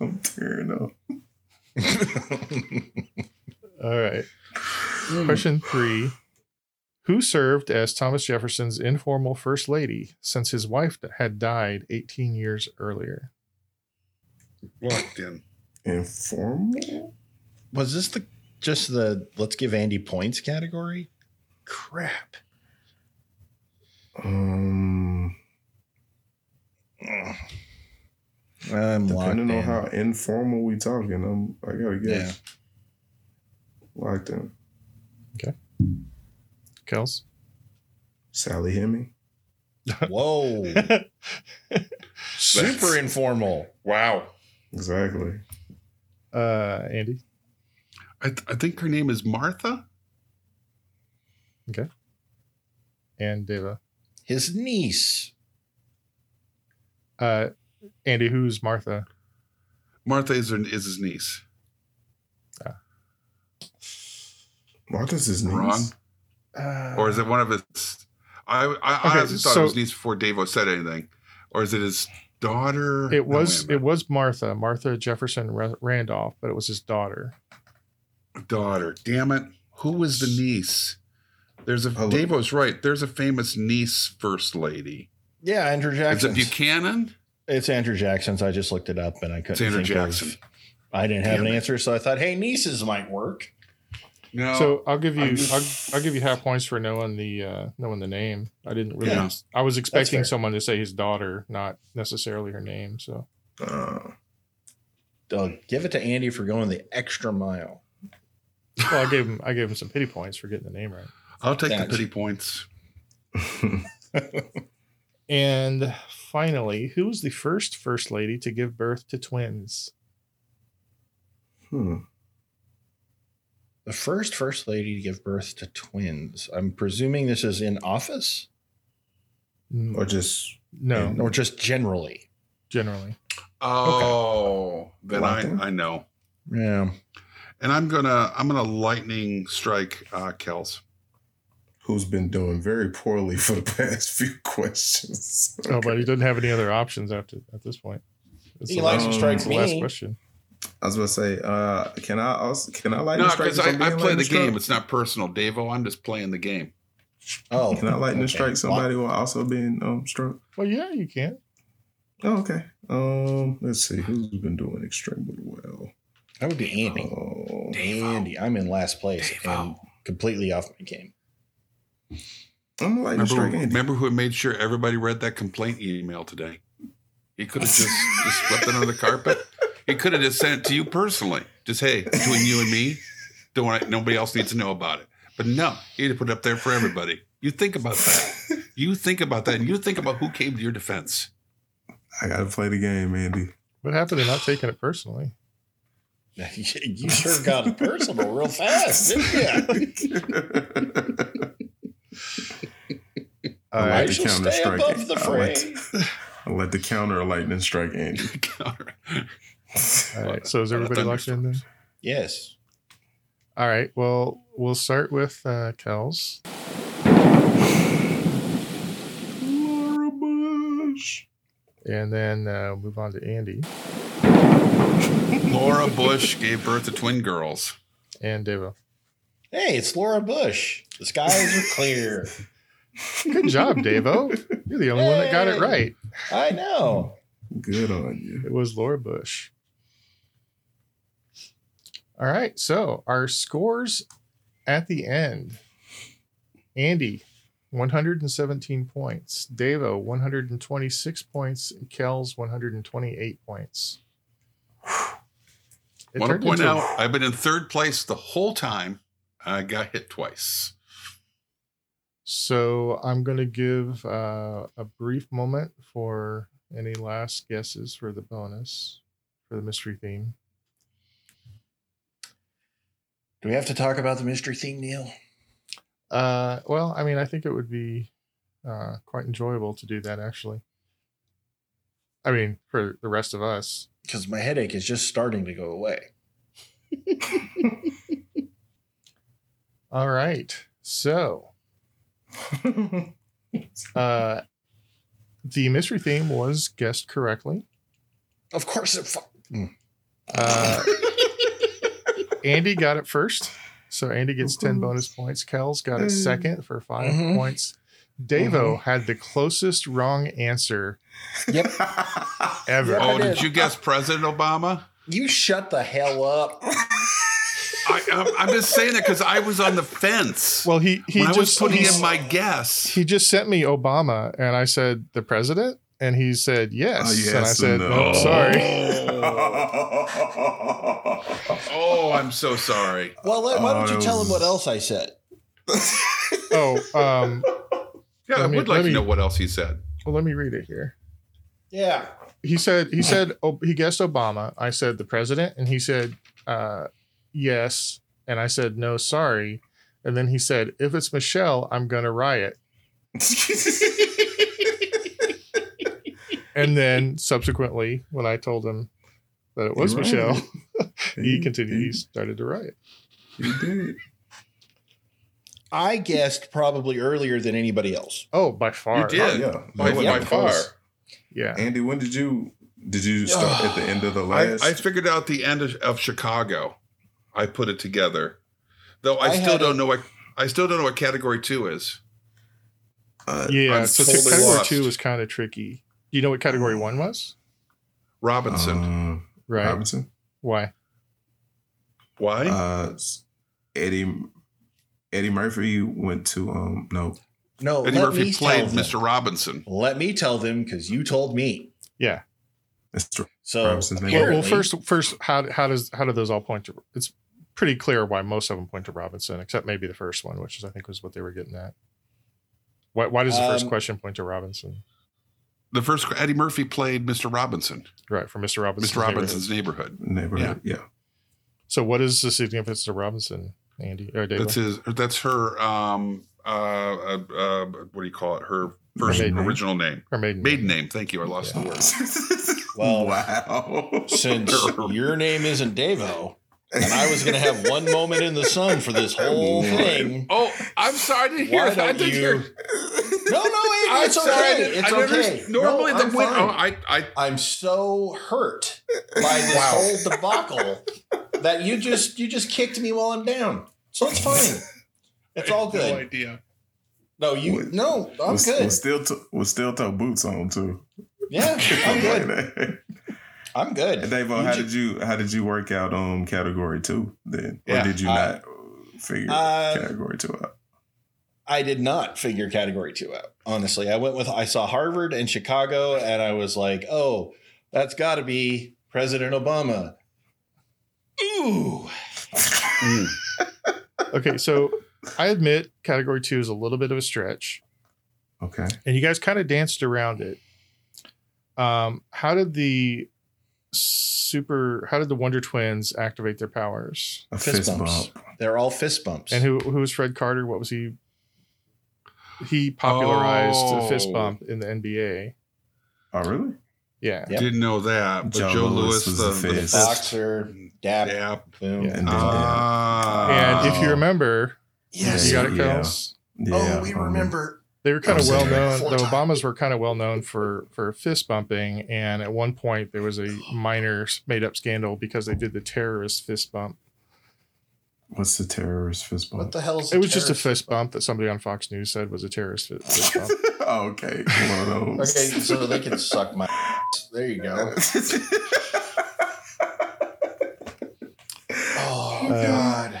I'm tearing up.
All right. Question three Who served as Thomas Jefferson's informal first lady since his wife had died 18 years earlier?
Locked in.
Informal?
Was this the just the let's give Andy points category? Crap.
Um,
I'm locked
depending
in.
on how informal we talking, I'm, I gotta
yeah.
guess. Locked in.
Kels?
Sally Heming.
Whoa.
Uh,
Super informal.
Wow.
Exactly.
uh, Andy?
I, th- I think her name is Martha.
And Deva.
His niece.
Uh, Andy, who's Martha?
Martha is her, is his niece.
Martha's his niece.
Wrong,
Uh,
or is it one of his? I I, I
Okay,
honestly thought
so-
it was niece before Davo said anything, or is it his daughter?
It was
no,
it was Martha, Martha Jefferson Ra- Randolph, but it was his daughter.
was daughter. Damn it! Who was the niece? There's a
Oh, look.
Davo's right. There's a famous niece first lady.
Yeah, Andrew
Is
Jackson.
it Buchanan?
It's Andrew Jackson's. I just looked it up and I couldn't.
It's Andrew
think of-
Jackson.
I didn't have
Damn
an
it.
answer, so I thought, hey, nieces might work.
No.
so I'll give you
I'm-
I'll, I'll give you half points for knowing the uh, knowing the name. I didn't really
Yeah.
I was expecting
fair.
someone to say his daughter, not necessarily her name. So
Uh,
Doug, give it to Andy for going the extra mile.
well, I gave him I gave him some pity points for getting the name right.
I'll take the
That's-
pity points.
Uh,
And finally, who was the first first lady to give birth to twins?
hmm.
The first first lady to give birth to twins. I'm presuming this is in office
Mm,
Or just
No,
or just generally.
generally.
Oh, then
Locked in?
I, I know.
Yeah.
And I'm gonna I'm gonna lightning strike uh, Kels.
who's been doing very poorly for the past few questions.
Oh, but he doesn't have any other options after at this point. It's
He
the
likes
last-
to
strike
it's the last
me.
question.
I was about to say, uh, can I also can I lightning
No,
strike?
because
you for
I,
being
I play
lightning
the
struck?
game. It's not personal, Davo. I'm just playing the game.
Oh.
Can I lightning
okay.
strike somebody while also being um struck?
Well, yeah, you can.
Oh, okay. Um, let's see who's been doing extremely well.
That would be Andy.
Oh,
Andy, I'm in last place and
Davo.
completely off my game.
I'm gonna lightning
Remember,
strike
who-
Andy.
remember who made sure everybody read that complaint email today? He could have just, just swept it under the carpet. He could have just sent it to you personally. Just hey, between you and me, don't want nobody else needs to know about it. But no, he had to put it up there for everybody. You think about that. You think about that, and you think about who came to your defense.
I gotta play the game, Andy.
What happened to not taking it personally?
you sure got it personal real fast, didn't you? I
I
All
like
right.
the
shall stay
counter-strike.
above the
I like-
fray.
I let the counter lightning strike Andy.
All right. So is everybody locked in then?
Yes.
All right. Well, we'll start with uh, Kels.
Laura Bush.
and then uh, move on to Andy
Laura Bush gave birth to twin girls.
and Deva.
Hey, it's Laura Bush. The skies are clear.
Good job, Devo. You're the only one that got it
Hey.
right.
I know.
Good on you.
It was Laura Bush. All right. So our scores at the end Andy, 117 points. Devo, 126 points. and Kels, 128 points. It
Want to
turned
point
into a-
out, I've been in third place the whole time. I got hit twice.
So I'm going to give uh, a brief moment for any last guesses for the bonus for the mystery theme.
Do we have to talk about the mystery theme, Neil?
Uh, well, I mean, I think it would be uh, quite enjoyable to do that actually. I mean, for the rest of us.
Because my headache is just starting to go away.
All right. So Uh, the mystery theme was guessed correctly.
Of course it. Fu-
Uh, Andy got it first. So Andy gets 10 bonus points. Kells got it second for 5
Mm-hmm.
Mhm.
points. Davo had the closest wrong answer
yep.
ever.
Yep.
Oh, did you guess President Obama?
You shut the hell up.
I, um, I'm, I'm just saying it because I was on the fence
Well, he, he
when I was
just
putting
he's-
in my guess.
he just sent me Obama and I said the president and he said yes.
Oh, yes
and I said,
and
"No,
no."
sorry.
Oh, I'm so sorry.
Well, let- why don't
Oh,
you
that
tell
was-
him what else I said?
Oh, um,
Yeah, I
Let me-
would like
let
to
me-
know what else he said.
well, let me read it here.
Yeah.
He said, he said, oh, he guessed Obama. I said the president and he said, uh, yes. And I said, no, sorry. And then he said, if it's Michelle, I'm going to riot. And then subsequently, when I told him that it was
You're right.
Michelle, he continued, he started to riot.
He did.
I guessed probably earlier than anybody else.
Oh, by far.
You
Oh,
did.
yeah.
By,
That was
by
the
far.
first.
Yeah.
Andy, when did you did you start at the end of the
I,
last?
I figured out the end of, of Chicago. I put it together. Though I,
I
still
had
don't
a-
know what I still don't know what category two is.
uh,
Yeah,
I'm
so
totally
category
lost.
two was kind of tricky. Do you know what category one was? Uh,
Robinson.
um,
Right.
Robinson.
Why?
Why?
Uh, s- Eddie Eddie Murphy went to um no
No,
Eddie
let
Murphy
me
played
played tell
Mr.
Mr.
Robinson.
Let me tell them because you told me.
Yeah.
Mr.
So
Robinson's name.
Well, well,
apparently-
first, first, how how does how do those all point to? It's pretty clear why most of them point to Robinson, except maybe the first one, which is I think was what they were getting at. Why, why does the first
Um,
question point to Robinson?
The first Eddie Murphy played Mr. Robinson,
Right for Mr. Robinson.
Mr. Robinson's neighborhood.
neighborhood. Yeah.
So what is the significance of Robinson, Andy or David?
That's his. That's her. Um. Uh, uh. Uh. What do you call it? Her first
Maiden name.
original name,
Or maiden.
maiden name. Thank you. I lost the word.
Well-
wow.
since your name isn't Davo, and I was going to have one moment in the sun for this whole thing.
Oh, I'm sorry. I didn't hear.
Why
it. I
don't
didn't
you?
hear.
No, no,
it.
Amy, it's
I'm sorry, I
okay.
didn't-
It's
I didn't
okay.
understand. Normally
No,
the
I'm
win.
fine.
Oh, I. I.
I'm so hurt by this
Wow.
whole debacle that you just you just kicked me while I'm down. So it's fine. It's all
No
good.
idea.
No, you no, I'm
was,
good.
Was still t- was still tow boots on too.
Yeah, I'm good. I'm good.
And Dave,
You
how
ju-
did you how did you work out um category two then,
Yeah,
or did you
uh,
not figure
uh,
category two out?
I did not figure category two out. Honestly, I went with I saw Harvard and Chicago, and I was like, oh, that's got to be President Obama. Ooh,
Okay, so I admit category two is a little bit of a stretch.
Okay.
and you guys kind of danced around it. Um, how did the super? How did the Wonder Twins activate their powers?
A
Fist
fist,
bumps.
bump.
they're all fist bumps.
And who who was Fred Carter? What was he? He popularized the fist
Oh.
bump in the NBA.
Oh really?
Yeah,
Yep.
Didn't know that. But Joe, Lewis,
was
the,
the
the
fist.
boxer, dap,
Yeah.
boom.
Yeah.
And then,
and if
Ah.
you remember,
Yes.
you got it,
Yeah.
Kels.
yeah,
oh, we
um,
remember.
They were kind
I'm
of well
sorry.
known.
Four
The
times.
Obamas were kind of well known for for fist bumping, and at one point there was a minor made up scandal because they did the terrorist fist bump.
What's the terrorist fist bump?
What the hell's
It was just a
terrorist-
fist bump that somebody on Fox News said was a terrorist fi- fist bump.
oh, okay. One of those.
Okay, so they can suck my. ass. There you go. Oh
Uh,
God.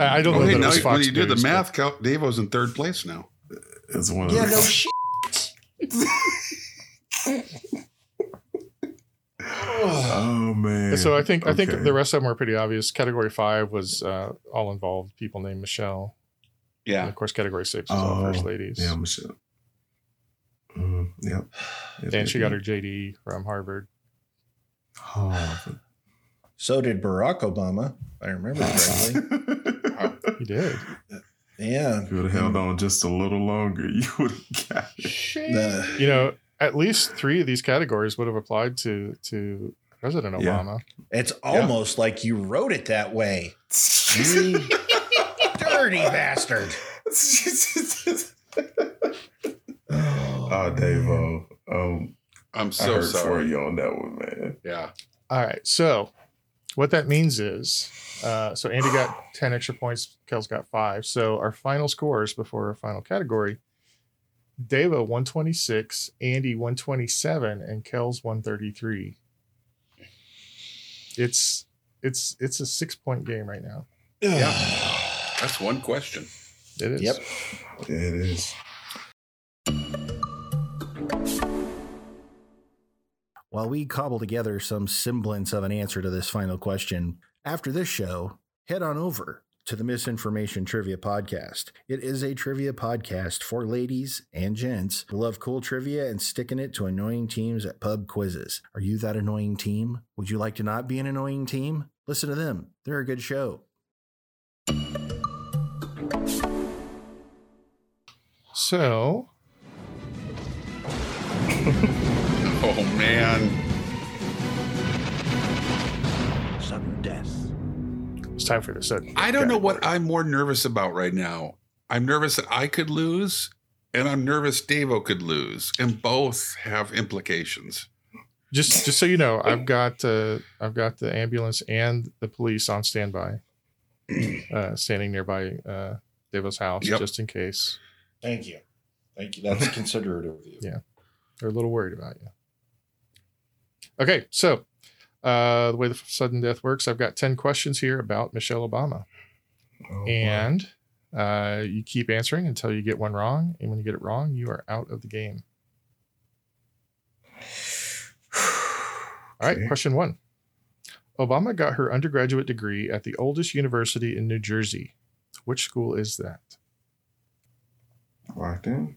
I I don't know
Okay,
that it
Oh, now
was
you-
Fox
when you do the
News, but-
math, Cal- Davo's in third place now.
It's one of
Yeah, no
those.
shit.
oh man.
So I think I think
Okay.
the rest of them were pretty obvious. Category five was uh, all involved people named Michelle, and
Yeah.
of course, category six was all
Oh,
first ladies,
Yeah, Michelle. Mm, yep. Yep,
and she
yep,
got her JD from Harvard.
yep. Oh,
So did Barack Obama. if I remember correctly.
He did.
yeah.
if you would have held on just a little longer, you would have got it.
The-
You know, at least three of these categories would have applied to to President
Yeah.
Obama.
it's almost like you wrote it that way. You dirty bastard.
Oh, Dave, um,
I'm
I
so
heard for
sorry.
you on that one, man.
Yeah.
All right. So what that means is, uh, so Andy got 10 extra points. Kel's got five. So our final scores before our final category, Deva 126, Andy 127, and Kel's 133. It's, it's, it's a six point game right now.
That's one question.
It is.
Yep.
Yeah, it is.
While we cobble together some semblance of an answer to this final question, after this show, head on over to the Misinformation Trivia Podcast. It is a trivia podcast for ladies and gents who love cool trivia and sticking it to annoying teams at pub quizzes. Are you that annoying team? Would you like to not be an annoying team? Listen to them, they're a good show.
So
Oh man.
Sudden death.
it's time for the sudden.
I don't know what I'm more nervous about right now. I'm nervous that I could lose, and I'm nervous Davo could lose, and both have implications.
Just, just so you know, I've got, uh, I've got the ambulance and the police on standby, uh, standing nearby, uh, Deva's house
Yep.
just in case.
Thank you. Thank you. That's considerate of you.
They're a little worried about you. Okay, so uh, the way the sudden death works, I've got 10 questions here about Michelle Obama.
Oh,
and uh, you keep answering until you get one wrong. And when you get it wrong, you are out of the game. All right,
Okay.
question one Obama got her undergraduate degree at the oldest university in New Jersey. Which school is that?
wow. locked in.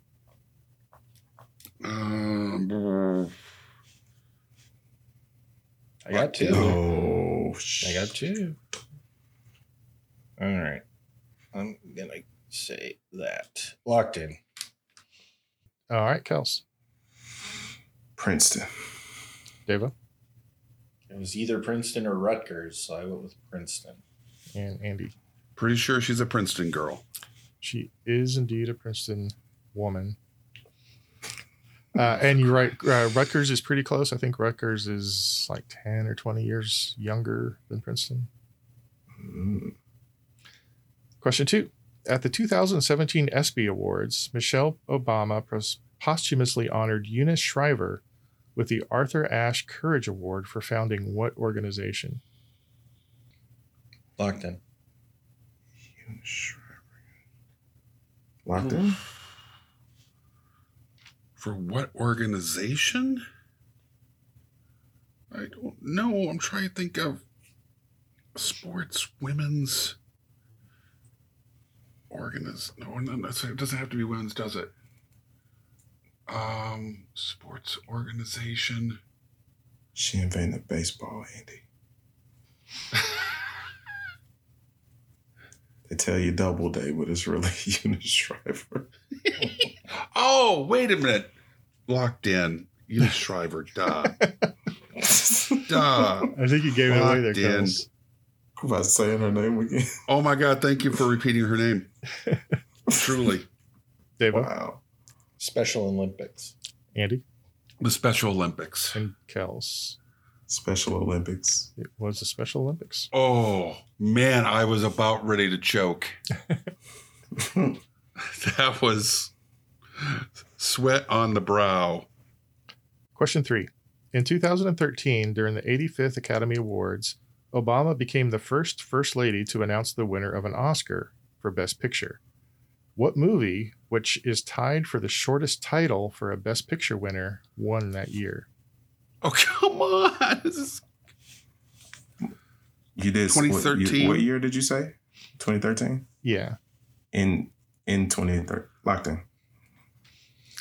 Um,
I got two.
Oh,
I got two. All right. I'm going to say that. Locked in.
All right, Kels,
Princeton.
Deva,
It was either Princeton or Rutgers, so I went with Princeton.
and Andy.
pretty sure she's a Princeton girl.
She is indeed a Princeton woman. Uh, and you're right. Uh, Rutgers is pretty close. I think Rutgers is like 10 or 20 years younger than Princeton.
Mm.
Question two. At the 2017 ESPY Awards, Michelle Obama pos- posthumously honored Eunice Shriver with the Arthur Ashe Courage Award for founding what organization?
Locked in.
Locked in.
For what organization? I don't know. I'm trying to think of sports women's organiz. No, no, no, it doesn't have to be women's, does it? Um, sports organization.
She invented baseball, Andy. they tell you double day, but it's really Eunice Shriver.
Oh, wait a minute. Locked in. You Shriver. Duh. Duh.
I think you gave
it away there, Locked in. Kels.
I'm about saying her name again.
Oh my God. Thank you for repeating her name. Truly.
Deva,
Wow.
Special Olympics.
Andy,
The Special Olympics.
and Kels.
Special Olympics.
It was the Special Olympics.
Oh man, I was about ready to choke. that was sweat on the brow.
Question three. In 2013, during the 85th Academy Awards, Obama became the first First Lady to announce the winner of an Oscar for Best Picture. What movie, which is tied for the shortest title for a Best Picture winner, won that year?
Oh come on! This is-
You did what- you-
2013.
What, year did you say? 2013.
Yeah.
In in 2013. Locked in.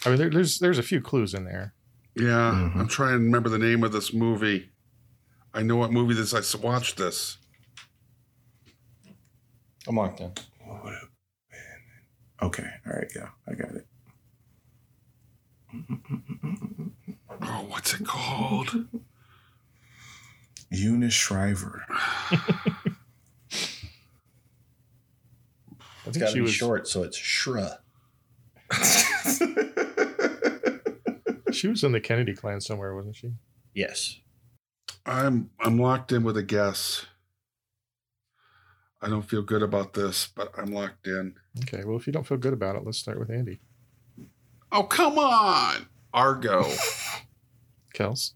I mean, there, there's there's a few clues in there.
yeah, I'm trying to remember the name of this movie. I know what movie this. I s- watched this.
I'm locked in.
Okay. All right. Yeah, I got it.
Oh, what's it called?
Eunice Shriver.
I
It's
think
got to
she
be
was
short, so it's Shra.
She was in the Kennedy clan somewhere, wasn't she?
Yes.
I'm I'm locked in with a guess. I don't feel good about this, but I'm locked in.
Okay. Well, if you don't feel good about it, let's start with Andy.
Oh come on, Argo.
Kels.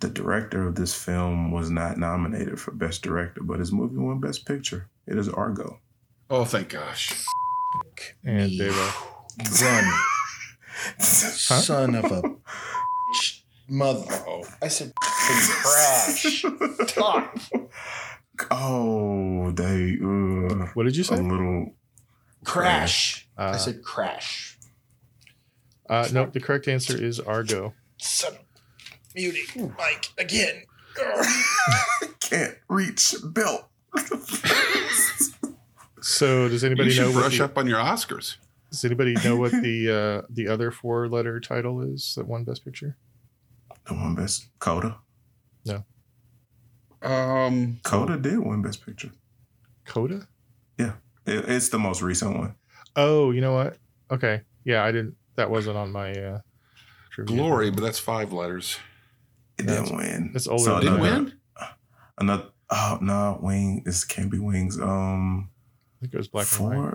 The director of this film was not nominated for Best Director, but his movie won Best Picture. It is Argo.
oh thank gosh.
And
Me.
Deva.
Run, son of a bitch. mother.
Oh,
I said crash. Talk.
oh, they uh,
What did you
a
say?
little
Crash. I
Uh,
said crash.
uh, nope. The correct answer is Argo.
Son of muting Mike again.
can't reach belt.
So does
you
anybody know?
should
what
brush
the-
up on your Oscars.
Does anybody know what the uh, the other four letter title is that won Best Picture?
The one Best Coda.
Um,
Oh.
Coda did win Best Picture.
Coda.
It- it's the most recent one.
Oh, you know what? Okay. Yeah, I didn't. That wasn't on my uh, trivia.
glory, but that's five letters.
It
That's-
didn't win.
that's older
So
than
Didn't
another,
win.
Another. Oh no, wing. This can't be wings. Um,
I think it was black
four.
and white.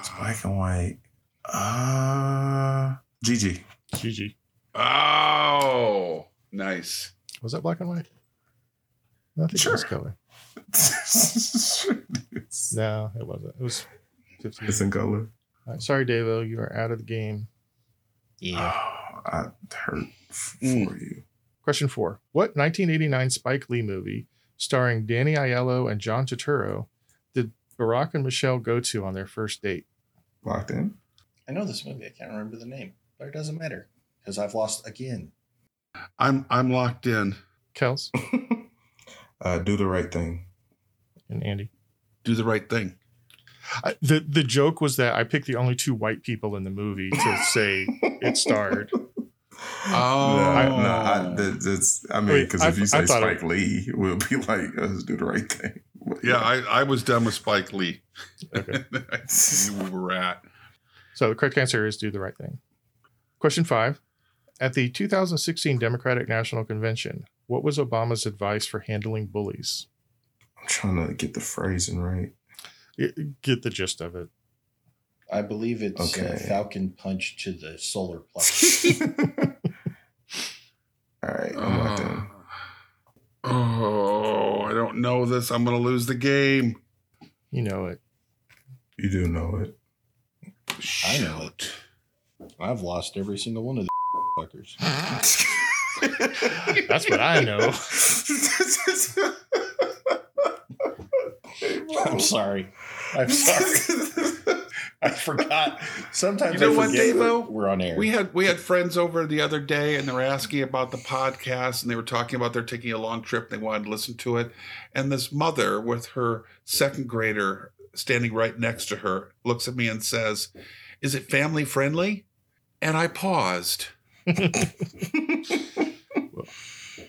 It's
Ah,
black and white. Uh, GG.
GG.
Oh, nice.
Was that black and white? No, I think it was
Sure.
color.
it's
No, it wasn't. It was 15.
in color.
All right, sorry, Davo, you are out of the game.
Yeah.
Oh, I hurt f- for
Mm.
you.
Question four: What 1989 Spike Lee movie starring Danny Aiello and John Turturro did Barack and Michelle go to on their first date?
Locked in.
I know this movie. I can't remember the name, but it doesn't matter because I've lost again.
I'm I'm locked in.
Kels
Uh, do the right thing.
and Andy.
Do the right thing.
I, the the joke was that I picked the only two white people in the movie to say it starred.
Oh,
I, no, I, that, that's. I mean,
Wait,
because
I-
if you
I
say
thought
Spike Lee, we'll be like, let's do the right thing. But
yeah, I, I was done with Spike Lee.
Okay.
you rat.
So the correct answer is do the right thing. Question five: At the 2016 Democratic National Convention, what was Obama's advice for handling bullies?
I'm trying to get the phrasing right.
It- Get the gist of it.
I believe it's uh,
Okay.
Falcon Punch to the solar plexus.
All right, I'm locked
Uh.
in.
oh, I don't know this. I'm gonna lose the game.
You know it.
You do know it.
I know it. I've lost every single one of the fuckers.
That's what I know.
I'm sorry. I'm sorry. I forgot. Sometimes
You know
I
what,
forget we're-
Davo?
We're on air.
We had we had friends over the other day, and they were asking about the podcast, and they were talking about they're taking a long trip, and they wanted to listen to it. And this mother with her second grader standing right next to her looks at me and says, "Is it family friendly?" And I paused.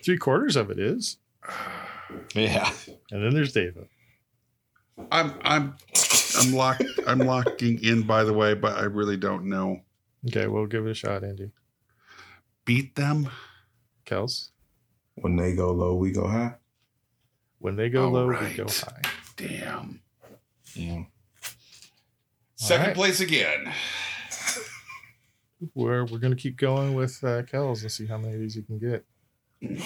Three quarters of it is,
yeah.
and then there's David.
I'm I'm I'm locked I'm locking in by the way, but I really don't know.
Okay, we'll give it a shot, Andy.
Beat them?
Kels,
when they go low, we go high.
when they go
All
low, we
right.
go high.
Damn.
yeah.
Second
right.
place again.
We're we're gonna keep going with uh, Kells and see how many of these you can get.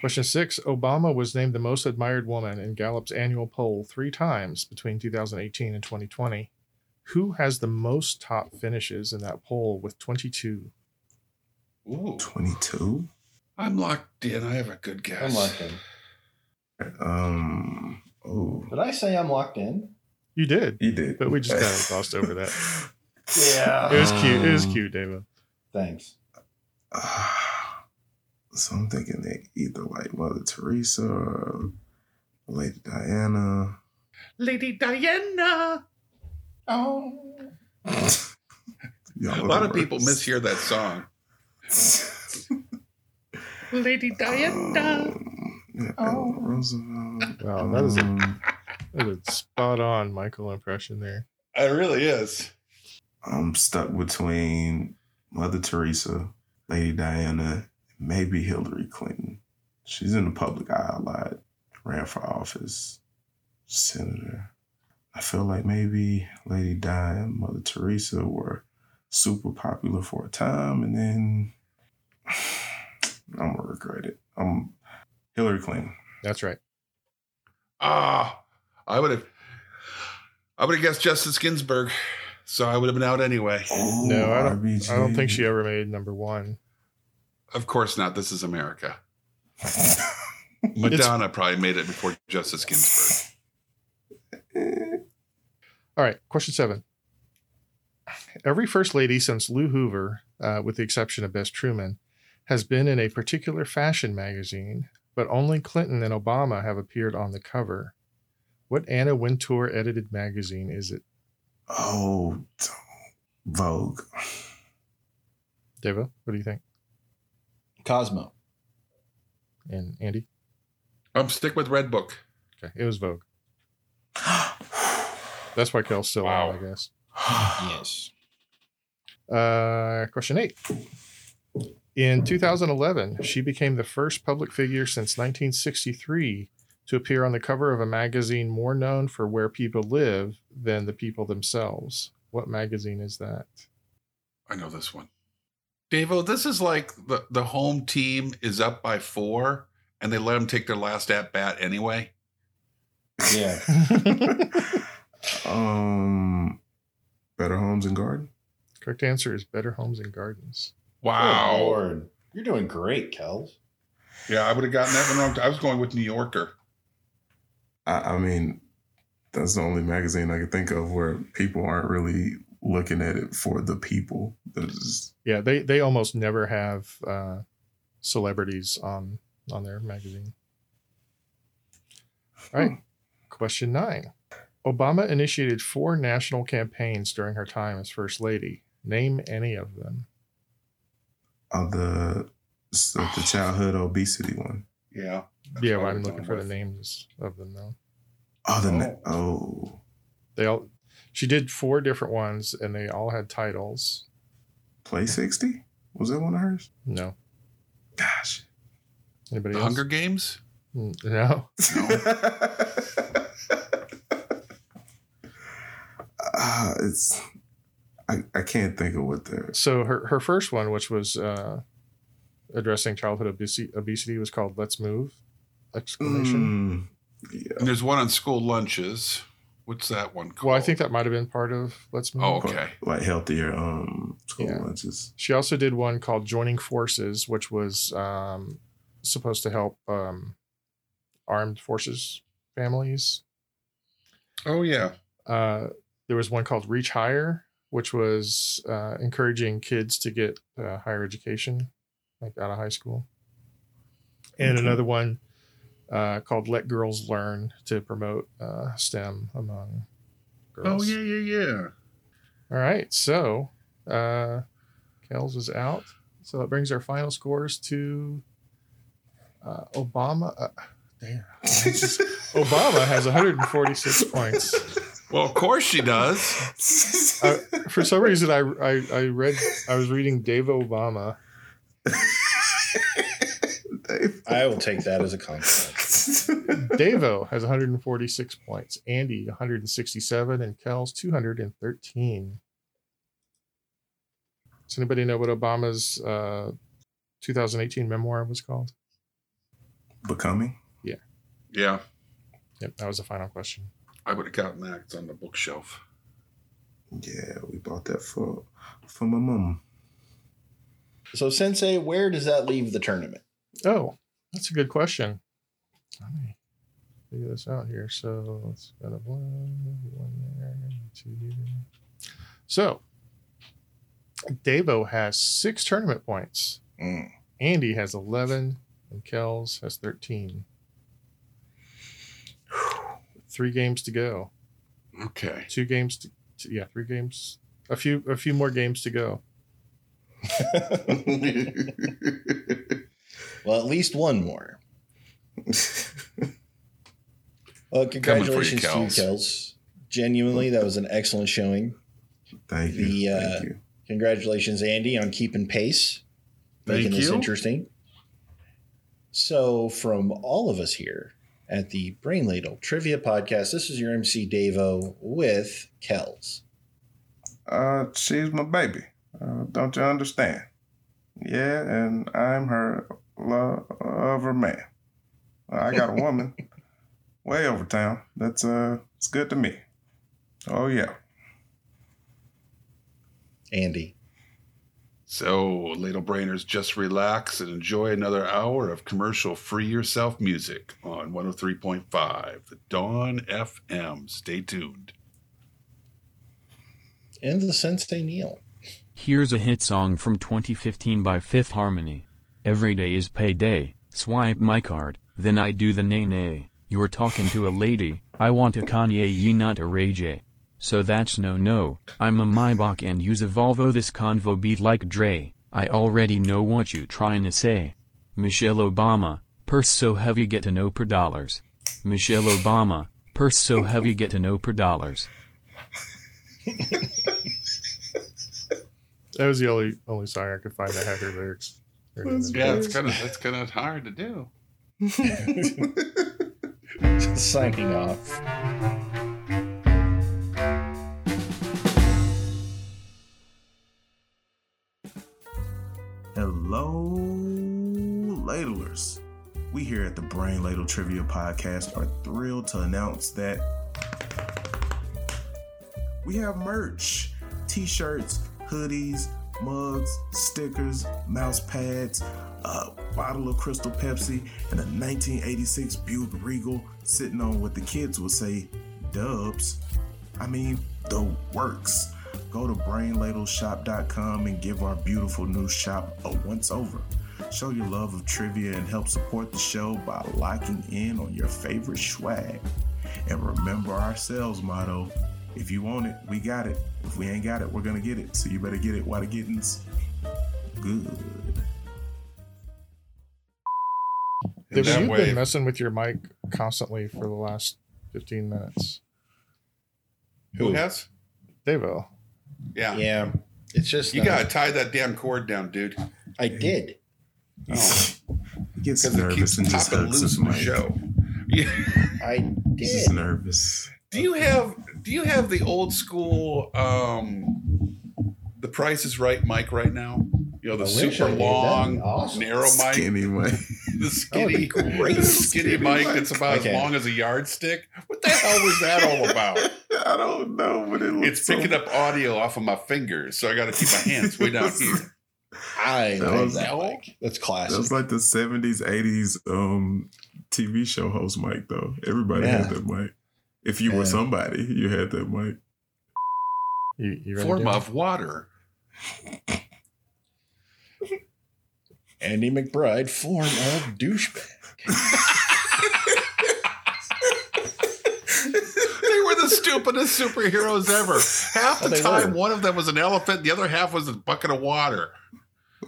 Question six: Obama was named the most admired woman in Gallup's annual poll three times between 2018 and 2020. Who has the most top finishes in that poll with 22?
Ooh.
22?
I'm locked in. I have a good guess.
I'm locked in.
Um, oh.
Did I say I'm locked in?
You did.
You did.
But we just kinda glossed over that.
Yeah.
It was cute. It was
Um,
cute, David.
Thanks.
Ah, so I'm thinking they either like Mother Teresa or Lady Diana.
Lady Diana.
Oh.
A lot of people mishear that song. Lady Diana.
oh. Roosevelt.
Wow, that is, a,
Um,
that is a spot on Michael impression there.
It really is.
I'm stuck between Mother Teresa, Lady Diana, maybe Hillary Clinton. She's in the public eye a lot. Ran for office, senator. I feel like maybe Lady Di and Mother Teresa were super popular for a time, and then I'm gonna regret it. I'm Hillary Clinton.
That's right.
Ah, I would have. I would have guessed Justice Ginsburg, so I would have been out anyway.
No, I don't-
RBG.
I don't think she ever made number one.
Of course not. This is America.
It's-
Madonna probably made it before Justice Ginsburg.
All right, question seven. Every first lady since Lou Hoover, uh, with the exception of Bess Truman, has been in a particular fashion magazine, but only Clinton and Obama have appeared on the cover. What Anna Wintour edited magazine is it,
Oh, Vogue.
Devo? What do you think?
Cosmo.
And Andy?
I'm stick with Red Book.
Okay, it was Vogue. That's why Kel's still
Wow.
on, I guess.
Yes.
Uh, question eight. In 2011, she became the first public figure since 1963 to appear on the cover of a magazine more known for where people live than the people themselves. What magazine is that?
I know this one. Davo, this is like the, the home team is up by four and they let them take their last at bat anyway.
Yeah.
um, Better Homes and Garden.
Correct answer is Better Homes and Gardens.
Good
Wow.
Lord. You're doing great, Kels.
yeah, I would have gotten that one wrong. I was going with New Yorker.
I, I mean, that's the only magazine I can think of where people aren't really looking at it for the people. There's-
Yeah, they they almost never have uh, celebrities on on their magazine. All
Hmm.
right. Question nine. Obama initiated four national campaigns during her time as first lady. Name any of them.
Uh, the it's the, the childhood obesity one.
Yeah. That's
yeah,
what
well,
I
I'm
was
looking
going
for the
with.
names of them though.
Oh, the na- oh.
They all she did four different ones and they all had titles.
Play sixty was that one of hers?
No.
Gosh.
Anybody
The
else?
Hunger Games?
Mm, No.
Ah, it's I, I can't think of what they're
So her her first one, which was uh, addressing childhood obesity, obesity, was called "Let's Move!" exclamation.
Mm, yeah.
And there's one on school lunches. What's that one called?
Well, I think that might have been part of "Let's Move."
Oh, okay.
Like healthier um school
Yeah.
lunches.
She also did one called "Joining Forces," which was um, supposed to help um, armed forces families.
Oh, yeah.
Uh, there was one called "Reach Higher," which was uh, encouraging kids to get uh, higher education, like out of high school. And
Okay.
another one uh, called "Let Girls Learn" to promote uh, STEM among girls.
Oh, yeah, yeah, yeah.
All right, so uh, Kells is out, so that brings our final scores to uh, Obama. Uh, damn, Obama has 146 points.
Well, of course she does.
Uh, for some reason I, I I read I was reading Dave Obama.
I will take that as a compliment.
Davo has 146 points, Andy 167, and Kells 213. Does anybody know what Obama's uh, 2018 memoir was called?
Becoming.
Yeah,
Yep, that was the final question.
I would have gotten that. It's on the bookshelf.
Yeah, we bought that for for my mom.
So, Sensei, where does that leave the tournament?
Oh, that's a good question. Let me figure this out here. So let's go to one, one there, two. So Davo has six tournament points.
Mm.
Andy has 11, and Kells has 13. Three games to go.
Okay.
Two games to, to yeah, three games. A few a few more games to go.
Well, at least one more. Well,
Coming for you,
congratulations to you,
Kels.
Kels. Genuinely, that was an excellent showing.
Thank you.
The, uh,
Thank you.
Congratulations, Andy, on keeping pace, making
Thank
this
you.
interesting. So, from all of us here at the Brain Ladle Trivia Podcast, this is your MC Davo with Kells.
Uh, she's my baby. Uh, don't you understand? Yeah, and I'm her lo- lover man. I got a woman way over town. That's uh, it's good to me. Oh yeah.
Andy,
So, ladle brainers, just relax and enjoy another hour of commercial free yourself music on 103.5, the Dawn FM. Stay tuned.
and the Sensei Neil.
Here's a hit song from 2015 by Fifth Harmony. Every day is payday, swipe my card, then I do the nay nay. You're talking to a lady, I want a Kanye ye not a Ray J. So that's no no, I'm a Maybach and use a Volvo this convo beat like Dre, I already know what you trying to say. Michelle Obama, purse so heavy get to know per dollars. Michelle Obama, purse so heavy get to know per dollars.
That was the only only song I could find that had her lyrics.
Yeah, it's kind of that's kind of hard to do.
Signing off.
Hello, ladlers. We here at the Brain Ladle Trivia Podcast are thrilled to announce that we have merch t shirts, hoodies, mugs, stickers, mouse pads, a bottle of Crystal Pepsi, and a 1986 Buick Regal sitting on what the kids would say dubs. I mean, the works. Go to brainladleshop.com and give our beautiful new shop a once over. Show your love of trivia and help support the show by locking in on your favorite swag. And remember our sales motto if you want it, we got it. If we ain't got it, we're going to get it. So you better get it while the getting's good.
Dave,
that
you've
way-
been messing with your mic constantly for the last 15 minutes.
Who has?
Devo.
Yeah.
Yeah, it's just
You
not-
got to tie that damn cord down, dude.
I did.
He gets
Because it keeps
nervous and just
popping
hugs
loose
his
in the
mic.
show. Yeah.
I
He's
did.
just nervous.
Do you have do you have the old school um the price is right mic right now? You know, the
I wish I did.
super
That'd be
long
awesome.
narrow mic,
Skinny mic.
the skinny
great.
the skinny
Skinny
mic
mic.
that's about
Okay.
as long as a yardstick. What the hell was that all about?
I don't know, but it looks
It's picking up audio off of my fingers, so I gotta keep my hands way down here.
I
That
love
was-
that mic. That's
That was
classic.
like the seventies, eighties um TV show host mic though. Everybody
Yeah.
had that mic. If you
Yeah.
were somebody, you had that mic.
You, you ready?
Form
Dave?
of water.
Andy McBride, form of douchebag.
They were the stupidest superheroes ever. Half
Oh,
the
they
time,
were.
one of them was an elephant, the other half was a bucket of water.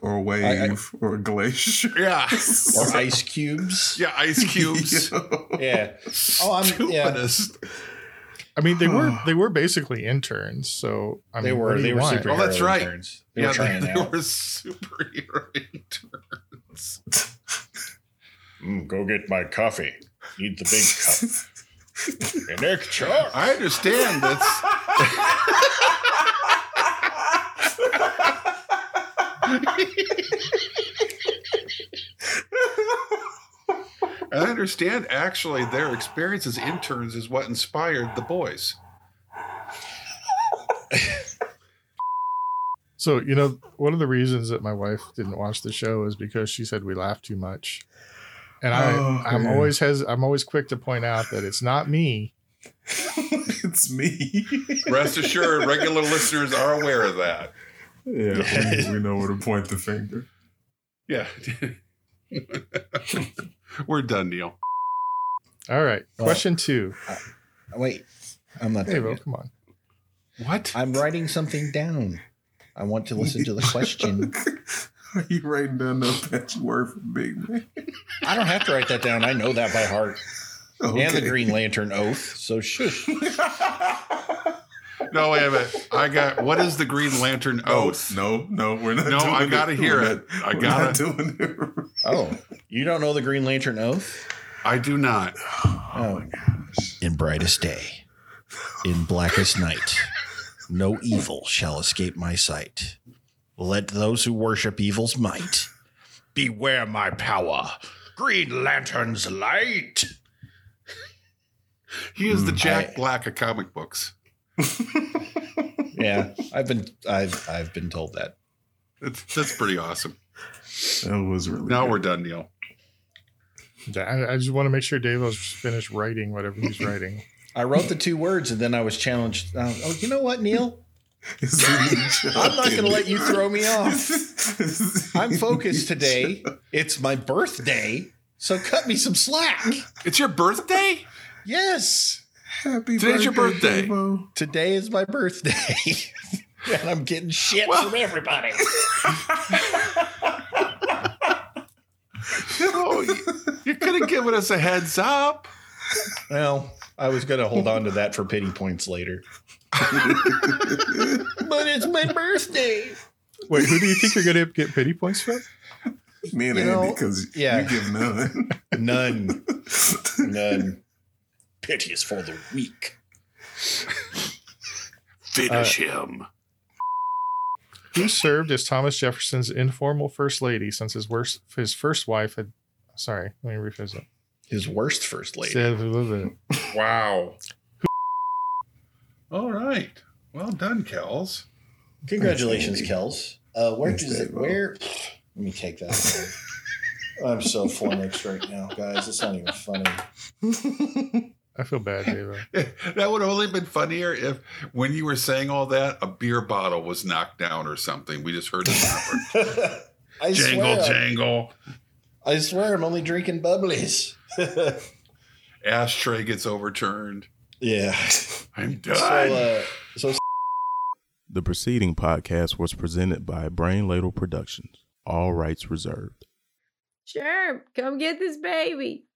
Or wave
I-
or glacier.
Yeah.
Or ice cubes.
Yeah, ice cubes.
Yeah.
Yeah. Oh, I'm- yeah.
Stupidest.
I mean, they were they were basically interns, so I mean,
They
what
were
do
they
you
were
want?
superhero
Oh, that's right.
interns. They
Yeah,
were
they,
trying
they
out.
were superhero interns.
Mm, go get my coffee. Need the big cup. An extra.
I understand that's I understand actually their experience as interns is what inspired the boys.
So you know, one of the reasons that my wife didn't watch the show is because she said we laugh too much, and I
Oh,
I'm
man.
always has I'm always quick to point out that it's not me.
it's me.
Rest assured, regular listeners are aware of that.
yeah, we, we know where to point the finger.
Yeah. We're done, Neil.
All right,
Well-
question two.
Wait, I'm not.
Hey,
done
Bo,
yet.
come on.
What?
I'm writing something down. I want to listen to the question.
Are you writing down those best word for big man?
I don't have to write that down. I know that by heart. And the Green Lantern oath. So shush.
No, wait a minute. I got what is the Green Lantern
No,
oath?
no, no, we're not.
No,
doing
I gotta
it.
hear
We're
it.
not-
I
we're
gotta-
not doing it.
Oh, you don't know the Green Lantern Oath?
I do not.
Oh, in brightest day, in blackest night, no evil shall escape my sight. Let those who worship evil's might beware my power. Green Lantern's light.
He is the
Hmm.
Jack
I-
Black of comic books.
Yeah, I've been I've I've been told that.
That's, that's pretty awesome.
That was really.
Now
good.
we're done, Neil.
I, I just want to make sure Dave has finished writing whatever he's writing.
I wrote the two words and then I was challenged. Uh, oh, you know what, Neil?
It's in the
I'm not going to
job.
let you throw me off. I'm focused today. It's my birthday, so cut me some slack.
It's your birthday?
Yes,
Happy
Today's your birthday.
Devo.
today is my birthday, and I'm getting shit
Well-
from everybody.
Oh, you, you could have given us a heads up.
Well, I was going to hold on to that for pity points later. but it's my birthday.
Wait, who do you think you're going to get pity points from?
Me and
You
Andy,
know,
because
yeah.
you give none.
None. None. Pity is for the weak.
Finish him.
Who served as Thomas Jefferson's informal first lady since his worst his first wife had sorry, let me rephrase that.
His worst first lady.
Said- blah, blah, blah.
Wow. All right. Well done, Kells.
Congratulations, Kels. Uh, where
Thanks,
does it?
Dave-o.
Where? Let me take that. away. I'm so flummoxed right now, guys. It's not even funny.
I feel bad, Dave.
that would have only been funnier if, when you were saying all that, a beer bottle was knocked down or something. We just heard the number.
I
jangle,
swear,
jangle.
I swear, I'm only drinking bubblies.
Ashtray gets overturned.
yeah.
I'm
So,
done.
uh, so
The preceding podcast was presented by Brain Ladle Productions. All rights reserved.
Sure, come get this baby.